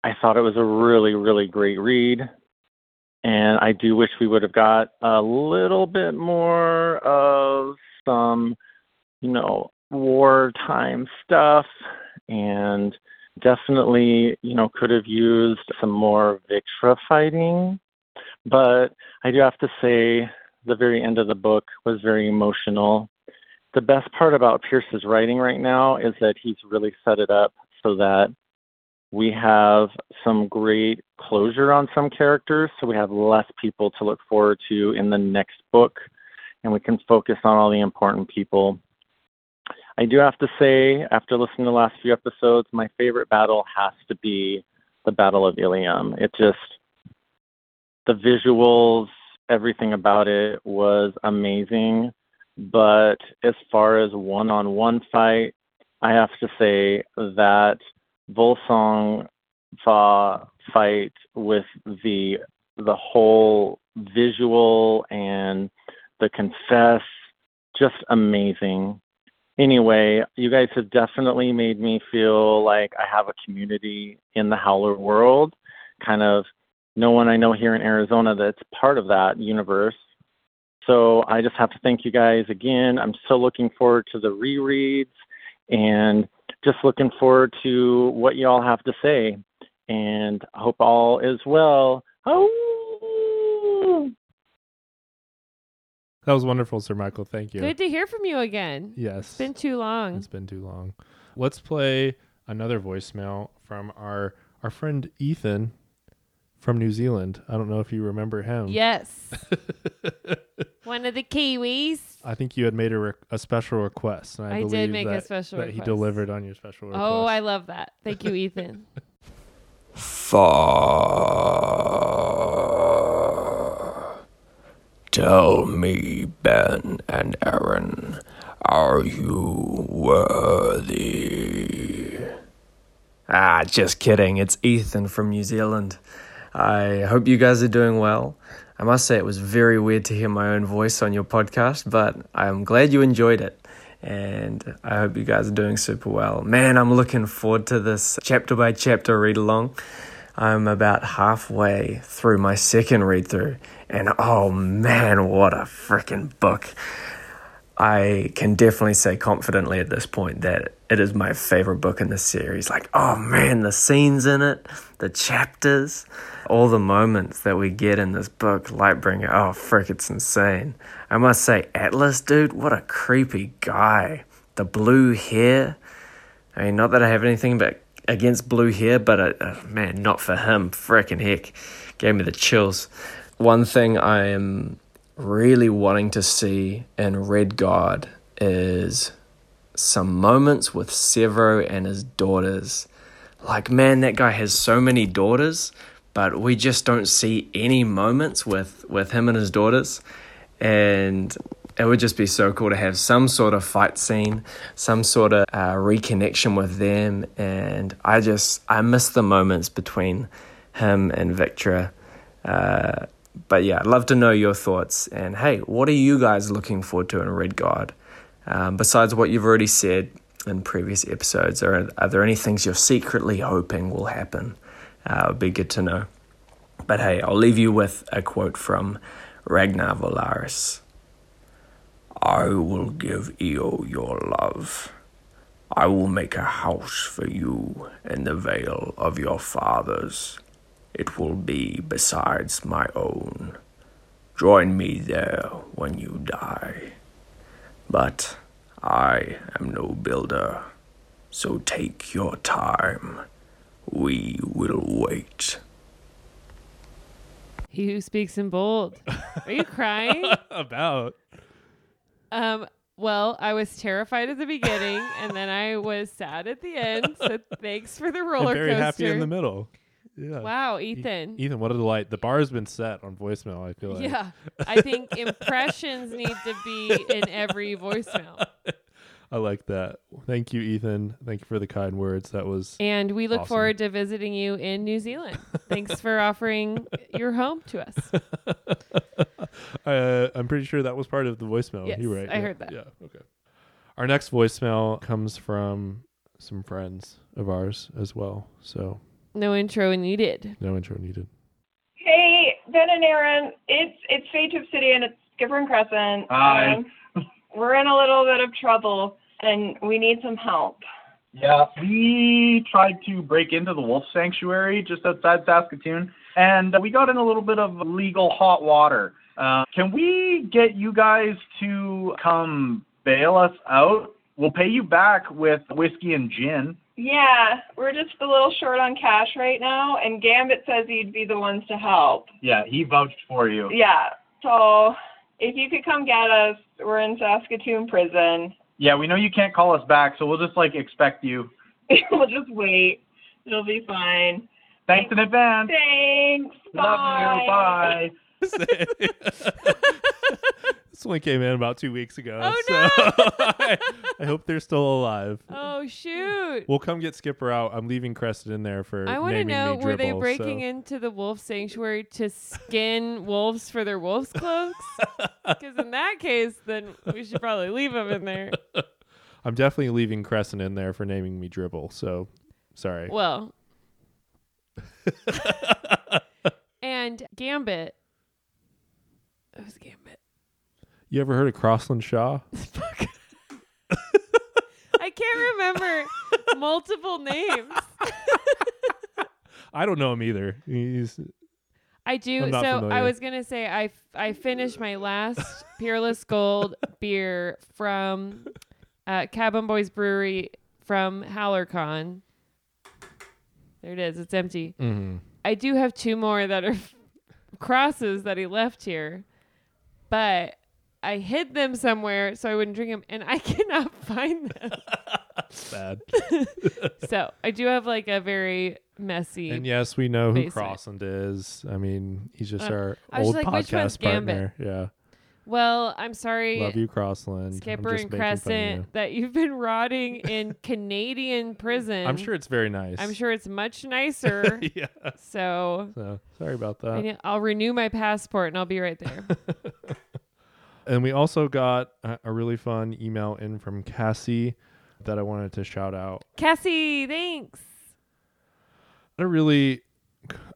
S4: I thought it was a really, really great read. And I do wish we would have got a little bit more of some you know, wartime stuff and definitely, you know, could have used some more Victra fighting. But I do have to say the very end of the book was very emotional. The best part about Pierce's writing right now is that he's really set it up so that we have some great closure on some characters, so we have less people to look forward to in the next book, and we can focus on all the important people. I do have to say, after listening to the last few episodes, my favorite battle has to be the Battle of Ilium. It just, the visuals, everything about it was amazing. But as far as one on one fight, I have to say that Volsong Va fight with the the whole visual and the confess just amazing. Anyway, you guys have definitely made me feel like I have a community in the howler world, kind of no one I know here in Arizona that's part of that universe. So I just have to thank you guys again. I'm so looking forward to the rereads and just looking forward to what y'all have to say. And I hope all is well. Oh,
S1: That was wonderful, Sir Michael. Thank you.
S2: Good to hear from you again.
S1: Yes.
S2: It's been too long.
S1: It's been too long. Let's play another voicemail from our our friend Ethan from New Zealand. I don't know if you remember him.
S2: Yes. One of the Kiwis.
S1: I think you had made a, re- a special request. And I,
S2: I did
S1: believe
S2: make a
S1: that-
S2: special
S1: that he
S2: request.
S1: delivered on your special request.
S2: Oh, I love that. Thank you, Ethan.
S5: Far. Tell me, Ben and Aaron, are you worthy?
S6: Ah, just kidding. It's Ethan from New Zealand. I hope you guys are doing well. I must say it was very weird to hear my own voice on your podcast, but I'm glad you enjoyed it. And I hope you guys are doing super well. Man, I'm looking forward to this chapter by chapter read along. I'm about halfway through my second read through, and oh man, what a freaking book! I can definitely say confidently at this point that it is my favorite book in the series. Like, oh man, the scenes in it, the chapters, all the moments that we get in this book, Lightbringer, oh frick, it's insane. I must say, Atlas, dude, what a creepy guy. The blue hair. I mean, not that I have anything but against blue hair, but uh, uh, man, not for him. Frickin' heck, gave me the chills. One thing I am really wanting to see in Red God is some moments with Severo and his daughters. Like, man, that guy has so many daughters, but we just don't see any moments with, with him and his daughters. And it would just be so cool to have some sort of fight scene, some sort of uh, reconnection with them. And I just, I miss the moments between him and Victra. Uh, but yeah, I'd love to know your thoughts. And hey, what are you guys looking forward to in Red God? Um, besides what you've already said in previous episodes, are, are there any things you're secretly hoping will happen? Uh, it would be good to know. But hey, I'll leave you with a quote from Ragnar Volaris.
S5: I will give Eo your love. I will make a house for you in the vale of your fathers. It will be besides my own. Join me there when you die. But I am no builder, so take your time. We will wait.
S2: he who speaks in bold. Are you crying?
S1: About
S2: Um, well, I was terrified at the beginning, and then I was sad at the end. So thanks for the roller
S1: and very
S2: coaster.
S1: happy in the middle. Yeah.
S2: Wow,
S1: E-
S2: Ethan.
S1: Ethan, what a delight. The bar has been set on voicemail, I feel like.
S2: yeah, I think impressions need to be in every voicemail.
S1: I like that. Thank you, Ethan. Thank you for the kind words. That was
S2: And we look
S1: Awesome.
S2: forward to visiting you in New Zealand. Thanks for offering your home to us.
S1: Uh, I'm pretty sure that was part of the voicemail.
S2: Yes,
S1: You're right.
S2: I
S1: Yeah,
S2: heard that.
S1: Yeah. Okay. Our next voicemail comes from some friends of ours as well. So
S2: No intro needed.
S1: no intro needed.
S7: Hey, Ben and Aaron. It's it's Fate Tube City and it's Skipper and Crescent.
S4: Hi.
S7: Um, we're in a little bit of trouble and we need some help.
S4: Yeah, we tried to break into the wolf sanctuary just outside Saskatoon, and we got in a little bit of legal hot water. Uh, can we get you guys to come bail us out? We'll pay you back with whiskey and gin.
S7: Yeah, we're just a little short on cash right now, and Gambit says you'd be the ones to help.
S4: Yeah, he vouched for you.
S7: Yeah, so if you could come get us, we're in Saskatoon prison.
S4: Yeah, we know you can't call us back, so we'll just like expect you.
S7: we'll just wait. It'll be fine.
S4: Thanks in advance.
S7: Thanks.
S4: Love you. Bye.
S1: Say- This only came in about two weeks ago.
S2: Oh,
S1: so
S2: no.
S1: I, I hope they're still alive.
S2: Oh shoot!
S1: We'll come get Skipper out. I'm leaving Crested in there for.
S2: I
S1: want to
S2: know were they breaking
S1: so.
S2: into the wolf sanctuary to skin wolves for their wolves cloaks? Because in that case, then we should probably leave them in there.
S1: I'm definitely leaving Crescent in there for naming me Dribble. So sorry.
S2: Well, and Gambit. Who's Gambit?
S1: You ever heard of Crossland Shaw?
S2: Fuck. I can't remember multiple names.
S1: I don't know him either. He's
S2: I do.
S1: I'm
S2: So
S1: not
S2: I
S1: familiar.
S2: was gonna say I f- I finished my last Peerless Gold beer from uh, Cabin Boys Brewery from HowlerCon. There it is. It's empty.
S1: Mhm.
S2: I do have two more that are crosses that he left here, but I hid them somewhere so I wouldn't drink them, and I cannot find them.
S1: bad.
S2: so I do have like a very messy.
S1: and yes, we know who
S2: Basement.
S1: Crossland is. I mean, he's just
S2: Uh,
S1: our
S2: I was
S1: old
S2: like, which one's
S1: podcast partner.
S2: Well, I'm
S1: Yeah.
S2: sorry.
S1: Love you, Crossland. I'm
S2: Skipper
S1: just making
S2: and
S1: fun of
S2: Crescent
S1: you.
S2: that you've been rotting in Canadian prison.
S1: I'm sure it's very nice.
S2: I'm sure it's much nicer.
S1: yeah. Uh,
S2: so
S1: So sorry about
S2: I
S1: that.
S2: need- I'll renew my passport and I'll be right there.
S1: And we also got a, a really fun email in from Cassie that I wanted to shout out.
S2: Cassie, thanks.
S1: Had a really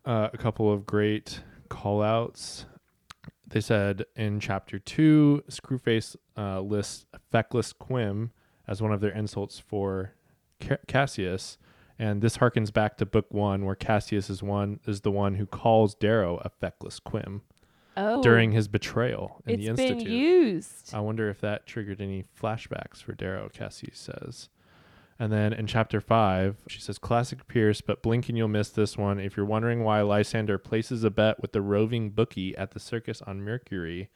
S1: uh, a couple of great call outs. They said in chapter two, Screwface uh, lists Feckless Quim as one of their insults for Ca- Cassius. And this harkens back to book one, where Cassius is one is the one who calls Darrow a feckless Quim
S2: Oh,
S1: during his betrayal in
S2: it's
S1: the
S2: been
S1: Institute. Uh,
S2: used.
S1: I wonder if that triggered any flashbacks for Darrow, Cassie says. And then in chapter five, she says, Classic Pierce, but blink and you'll miss this one. If you're wondering why Lysander places a bet with the roving bookie at the circus on Mercury,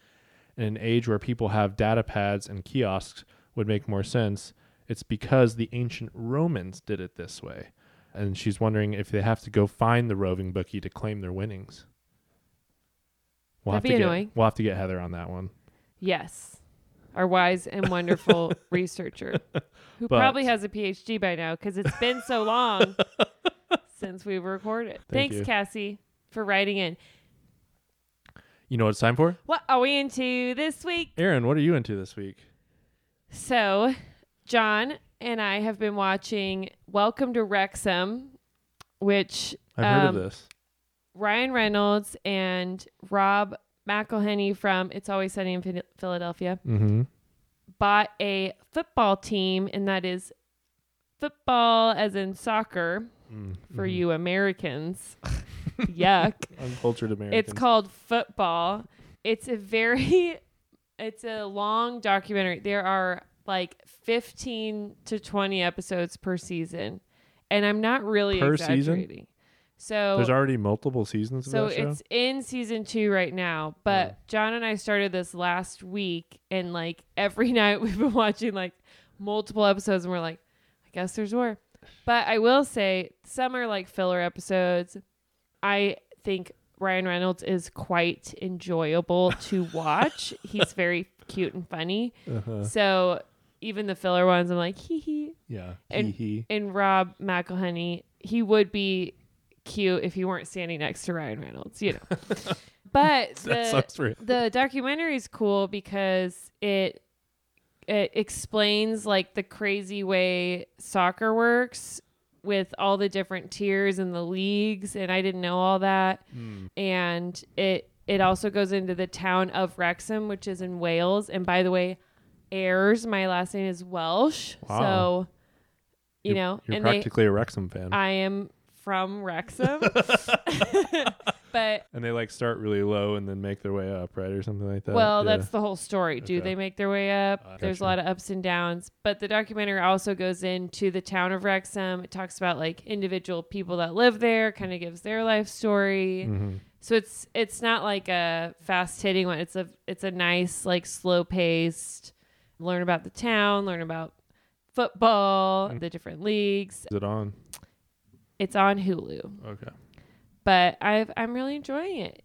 S1: in an age where people have data pads and kiosks would make more sense, it's because the ancient Romans did it this way. And she's wondering if they have to go find the roving bookie to claim their winnings. We'll
S2: That'd
S1: have to
S2: be
S1: get,
S2: annoying.
S1: We'll have to get Heather on that one.
S2: Yes, our wise and wonderful researcher who
S1: But-
S2: probably has a PhD by now because it's been so long since we've recorded.
S1: Thank
S2: thanks,
S1: you.
S2: Cassie, for writing in.
S1: You know what it's time for?
S2: What are we into this week?
S1: Aaron, what are you into this week?
S2: So, John and I have been watching Welcome to Wrexham, which
S1: I've heard of
S2: um,
S1: this.
S2: Ryan Reynolds and Rob McElhenney from It's Always Sunny in Phil- Philadelphia
S1: Mm-hmm.
S2: bought a football team, and that is football as in soccer for you Americans. Yuck.
S1: Uncultured American.
S2: It's called Football. It's a very it's a long documentary. There are like 15 to 20 episodes per season. And I'm not really
S1: Per season?
S2: exaggerating. So
S1: There's already multiple seasons of
S2: so
S1: that show. Oh.
S2: it's in season 2 right now, but John and I started this last week and like every night we've been watching like multiple episodes and we're like I guess there's more. But I will say some are like filler episodes. I think Ryan Reynolds is quite enjoyable to watch. He's very cute and funny.
S1: Uh-huh.
S2: So even the filler ones, I'm like, hee hee.
S1: yeah.
S2: and-
S1: Hee
S2: And Rob McElhenney, he would be cute if he weren't standing next to Ryan Reynolds, you know. but
S1: That
S2: the,
S1: sounds real.
S2: the documentary is cool because it it explains like the crazy way soccer works with all the different tiers and the leagues and I didn't know all that
S1: Hmm.
S2: and it it also goes into the town of Wrexham which is in Wales and by the way Ayers my last name is Welsh
S1: Wow.
S2: so you know
S1: You're
S2: and they,
S1: practically a Wrexham fan.
S2: I am from Wrexham but
S1: and they like start really low and then make their way up, right? Or something like that.
S2: Well,
S1: Yeah.
S2: that's the whole story. Do
S1: Okay.
S2: they make their way up?
S1: I
S2: There's
S1: gotcha.
S2: a lot of ups and downs. But the documentary also goes into the town of Wrexham. It talks about like individual people that live there, kind of gives their life story.
S1: Mm-hmm.
S2: So it's it's not like a fast hitting one. It's a it's a nice like slow paced. Learn about the town. Learn about football,
S1: Mm-hmm.
S2: the different leagues.
S1: Is it on?
S2: It's on Hulu,
S1: Okay.
S2: but I've I'm really enjoying it.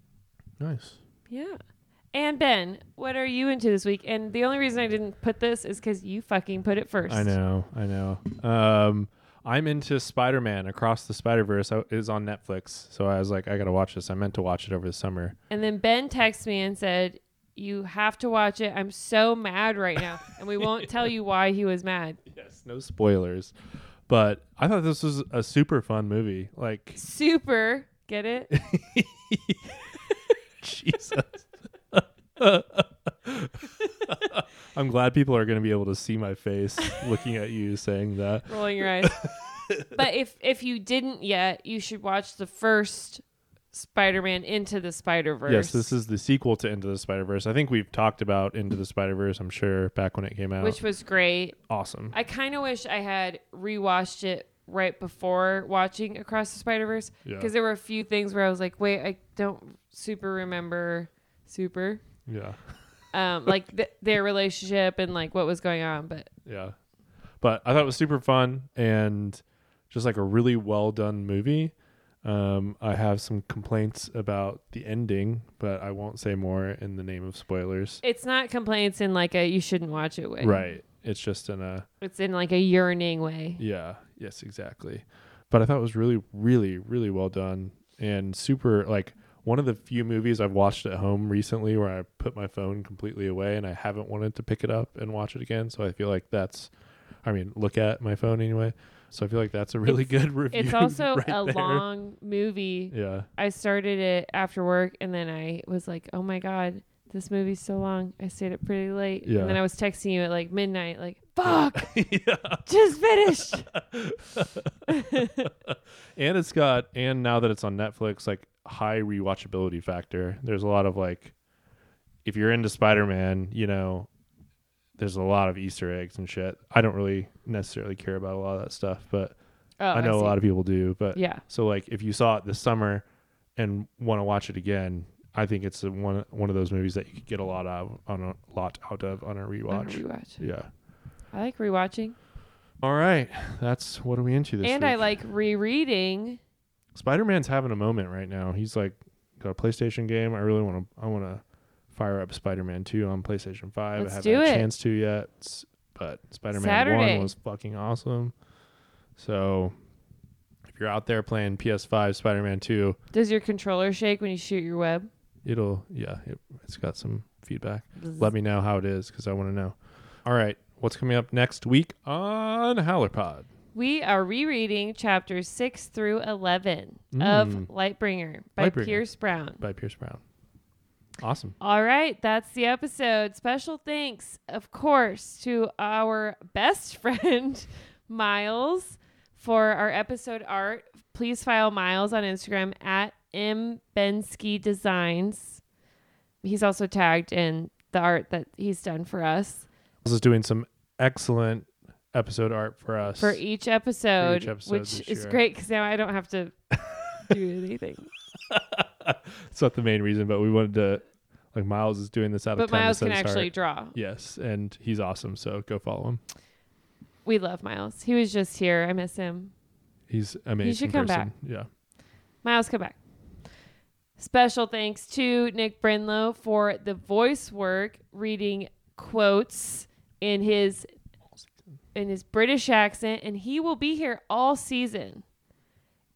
S1: Nice.
S2: Yeah. And Ben, what are you into this week? And the only reason I didn't put this is because you fucking put it first.
S1: I know, I know. Um, I'm into Spider Man Across the Spider Verse is on Netflix, so I was like, I gotta watch this. I meant to watch it over the summer.
S2: And then Ben texted me and said, You have to watch it. I'm so mad right now. And we won't tell you why he was mad.
S1: Yes, no spoilers, but I thought this was a super fun movie. Like
S2: Super. Get it?
S1: Jesus. I'm glad people are going to be able to see my face looking at you saying that.
S2: Rolling your eyes. but if if you didn't yet, you should watch the first Spider Man into the Spider Verse.
S1: Yes, this is the sequel to Into the Spider Verse. I think we've talked about Into the Spider Verse, I'm sure, back when it came out.
S2: which was great.
S1: awesome.
S2: I kind of wish I had rewatched it right before watching Across the Spider Verse
S1: Yeah.
S2: because there were a few things where I was like, wait, I don't super remember super
S1: yeah.
S2: um, like th- their relationship and like what was going on. But
S1: Yeah. But I thought it was super fun and just like a really well done movie. Um, I have some complaints about the ending, but I won't say more in the name of spoilers.
S2: it's not complaints in like a you shouldn't watch it way.
S1: Right. It's just in a
S2: It's in like a yearning way.
S1: Yeah. Yes, exactly. But I thought it was really, really, really well done and super like one of the few movies I've watched at home recently where I put my phone completely away and I haven't wanted to pick it up and watch it again. So I feel like that's, I mean, look at my phone anyway. So I feel like that's a really good review.
S2: It's also
S1: right
S2: a
S1: there.
S2: long movie.
S1: Yeah.
S2: I started it after work and then I was like, oh my God, this movie's so long. I stayed up pretty late.
S1: Yeah.
S2: And then I was texting you at like midnight, like, fuck,
S1: yeah.
S2: just finished.
S1: and it's got and now that it's on Netflix, like high rewatchability factor. There's a lot of like if you're into Spider Man, you know, there's a lot of Easter eggs and shit. I don't really necessarily care about a lot of that stuff, but
S2: Oh,
S1: I know a
S2: a
S1: lot of people do. But
S2: Yeah.
S1: So like if you saw it this summer and want to watch it again, I think it's a, one one of those movies that you could get a lot of on a lot out of on a rewatch.
S2: Rewatch.
S1: Yeah.
S2: I like rewatching.
S1: All right. That's what are we into this
S2: and
S1: week?
S2: I like rereading.
S1: Spider Man's having a moment right now. He's like got a PlayStation game. I really want to. I want to fire up Spider Man Two on PlayStation Five.
S2: Let's
S1: I haven't
S2: do
S1: had a
S2: it.
S1: chance to yet, s- but Spider Man
S2: Saturday.
S1: One was fucking awesome. So if you're out there playing PS Five Spider Man Two,
S2: Does your controller shake when you shoot your web?
S1: it'll yeah, it, it's got some feedback. Let me know how it is because I want to know. All right, what's coming up next week on Howlerpod?
S2: We are rereading chapters 6 through 11 of Lightbringer by
S1: Hmm. Lightbringer.
S2: Pierce Brown.
S1: by Pierce Brown? Awesome.
S2: All right, that's the episode. Special thanks, of course, to our best friend, Miles, for our episode art. Please file Miles on Instagram at mbensky designs. He's also tagged in the art that he's done for us
S1: This is doing some excellent episode art for us.
S2: for e- each episode,
S1: episode
S2: which
S1: this
S2: is
S1: year.
S2: great because now I don't have to do anything.
S1: it's not the main reason, but we wanted to like Miles is doing this out of
S2: But
S1: time. to
S2: Miles
S1: set
S2: can
S1: his
S2: actually
S1: heart.
S2: draw.
S1: Yes, and he's awesome. So go follow him.
S2: We love Miles. He was just here. I miss him.
S1: He's amazing.
S2: come
S1: person.
S2: back.
S1: Yeah.
S2: Miles, come back. Special thanks to Nick Brenlow for the voice work, reading quotes in his in his British accent, and he will be here all season.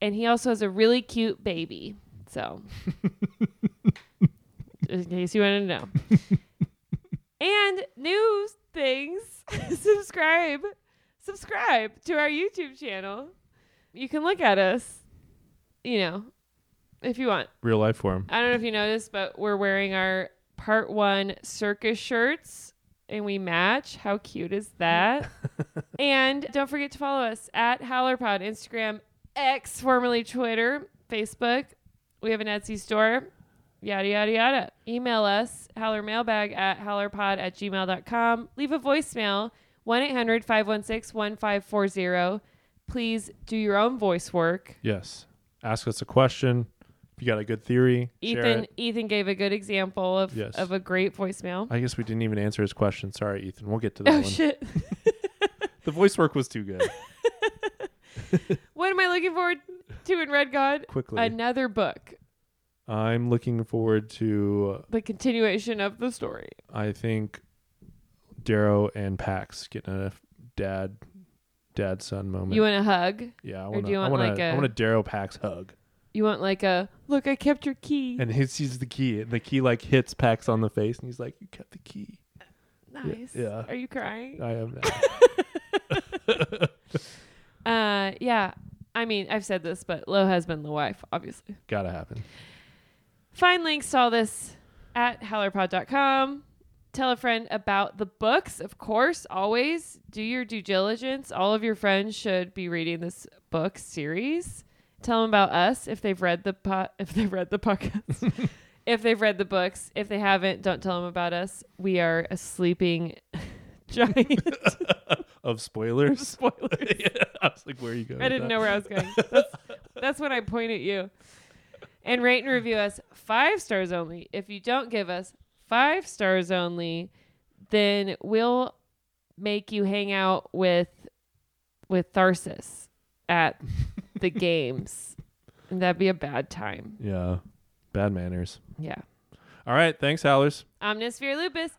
S2: And he also has a really cute baby. So, in case you wanted to know. and new things, subscribe, subscribe to our YouTube channel. You can look at us, you know, if you want.
S1: Real life form.
S2: I don't know if you noticed, but we're wearing our part one circus shirts and we match. How cute is that? and don't forget to follow us at HowlerPod, Instagram, X, formerly Twitter, Facebook. We have an Etsy store, yada, yada, yada. Email us, howlermailbag at howlerpod at gmail.com. Leave a voicemail, 1 800 516 1540. Please do your own voice work.
S1: Yes. Ask us a question. If you got a good theory, share
S2: Ethan
S1: it.
S2: Ethan gave a good example of
S1: Yes.
S2: of a great voicemail.
S1: I guess we didn't even answer his question. Sorry, Ethan. We'll get to that
S2: Oh
S1: one.
S2: shit.
S1: The voice work was too good.
S2: What am I looking forward to in Red God?
S1: Quickly.
S2: Another book.
S1: I'm looking forward to,
S2: The continuation of the story.
S1: I think, Darrow and Pax getting a dad, dad son moment.
S2: You want a hug?
S1: yeah, I
S2: or
S1: want
S2: do you
S1: I
S2: want,
S1: want
S2: like,
S1: a,
S2: a-
S1: I want a Darrow Pax hug.
S2: You want like a look? I kept your key.
S1: And he sees the key, and the key like hits Pax on the face, and he's like, "You kept the key."
S2: nice.
S1: yeah.
S2: Are you crying?
S1: I am.
S2: Uh, yeah. I mean, I've said this, but low husband, low wife, obviously.
S1: Gotta happen.
S2: Find links to all this at howlerpod.com. Tell a friend about the books, of course, always. Do your due diligence. All of your friends should be reading this book series. Tell them about us if they've read the po- if they've read the podcast. if they've read the books, if they haven't, don't tell them about us. We are a sleeping giant.
S1: Of spoilers.
S2: Spoilers.
S1: yeah, I was like, "Where are you going?"
S2: I didn't know where I was going. That's, that's when I point at you. And rate and review us five stars only. If you don't give us five stars only, then we'll make you hang out with with Tharsis at the games. And that'd be a bad time.
S1: Yeah, bad manners.
S2: Yeah.
S1: All right, thanks, Howlers.
S2: Omnisphere Lupus.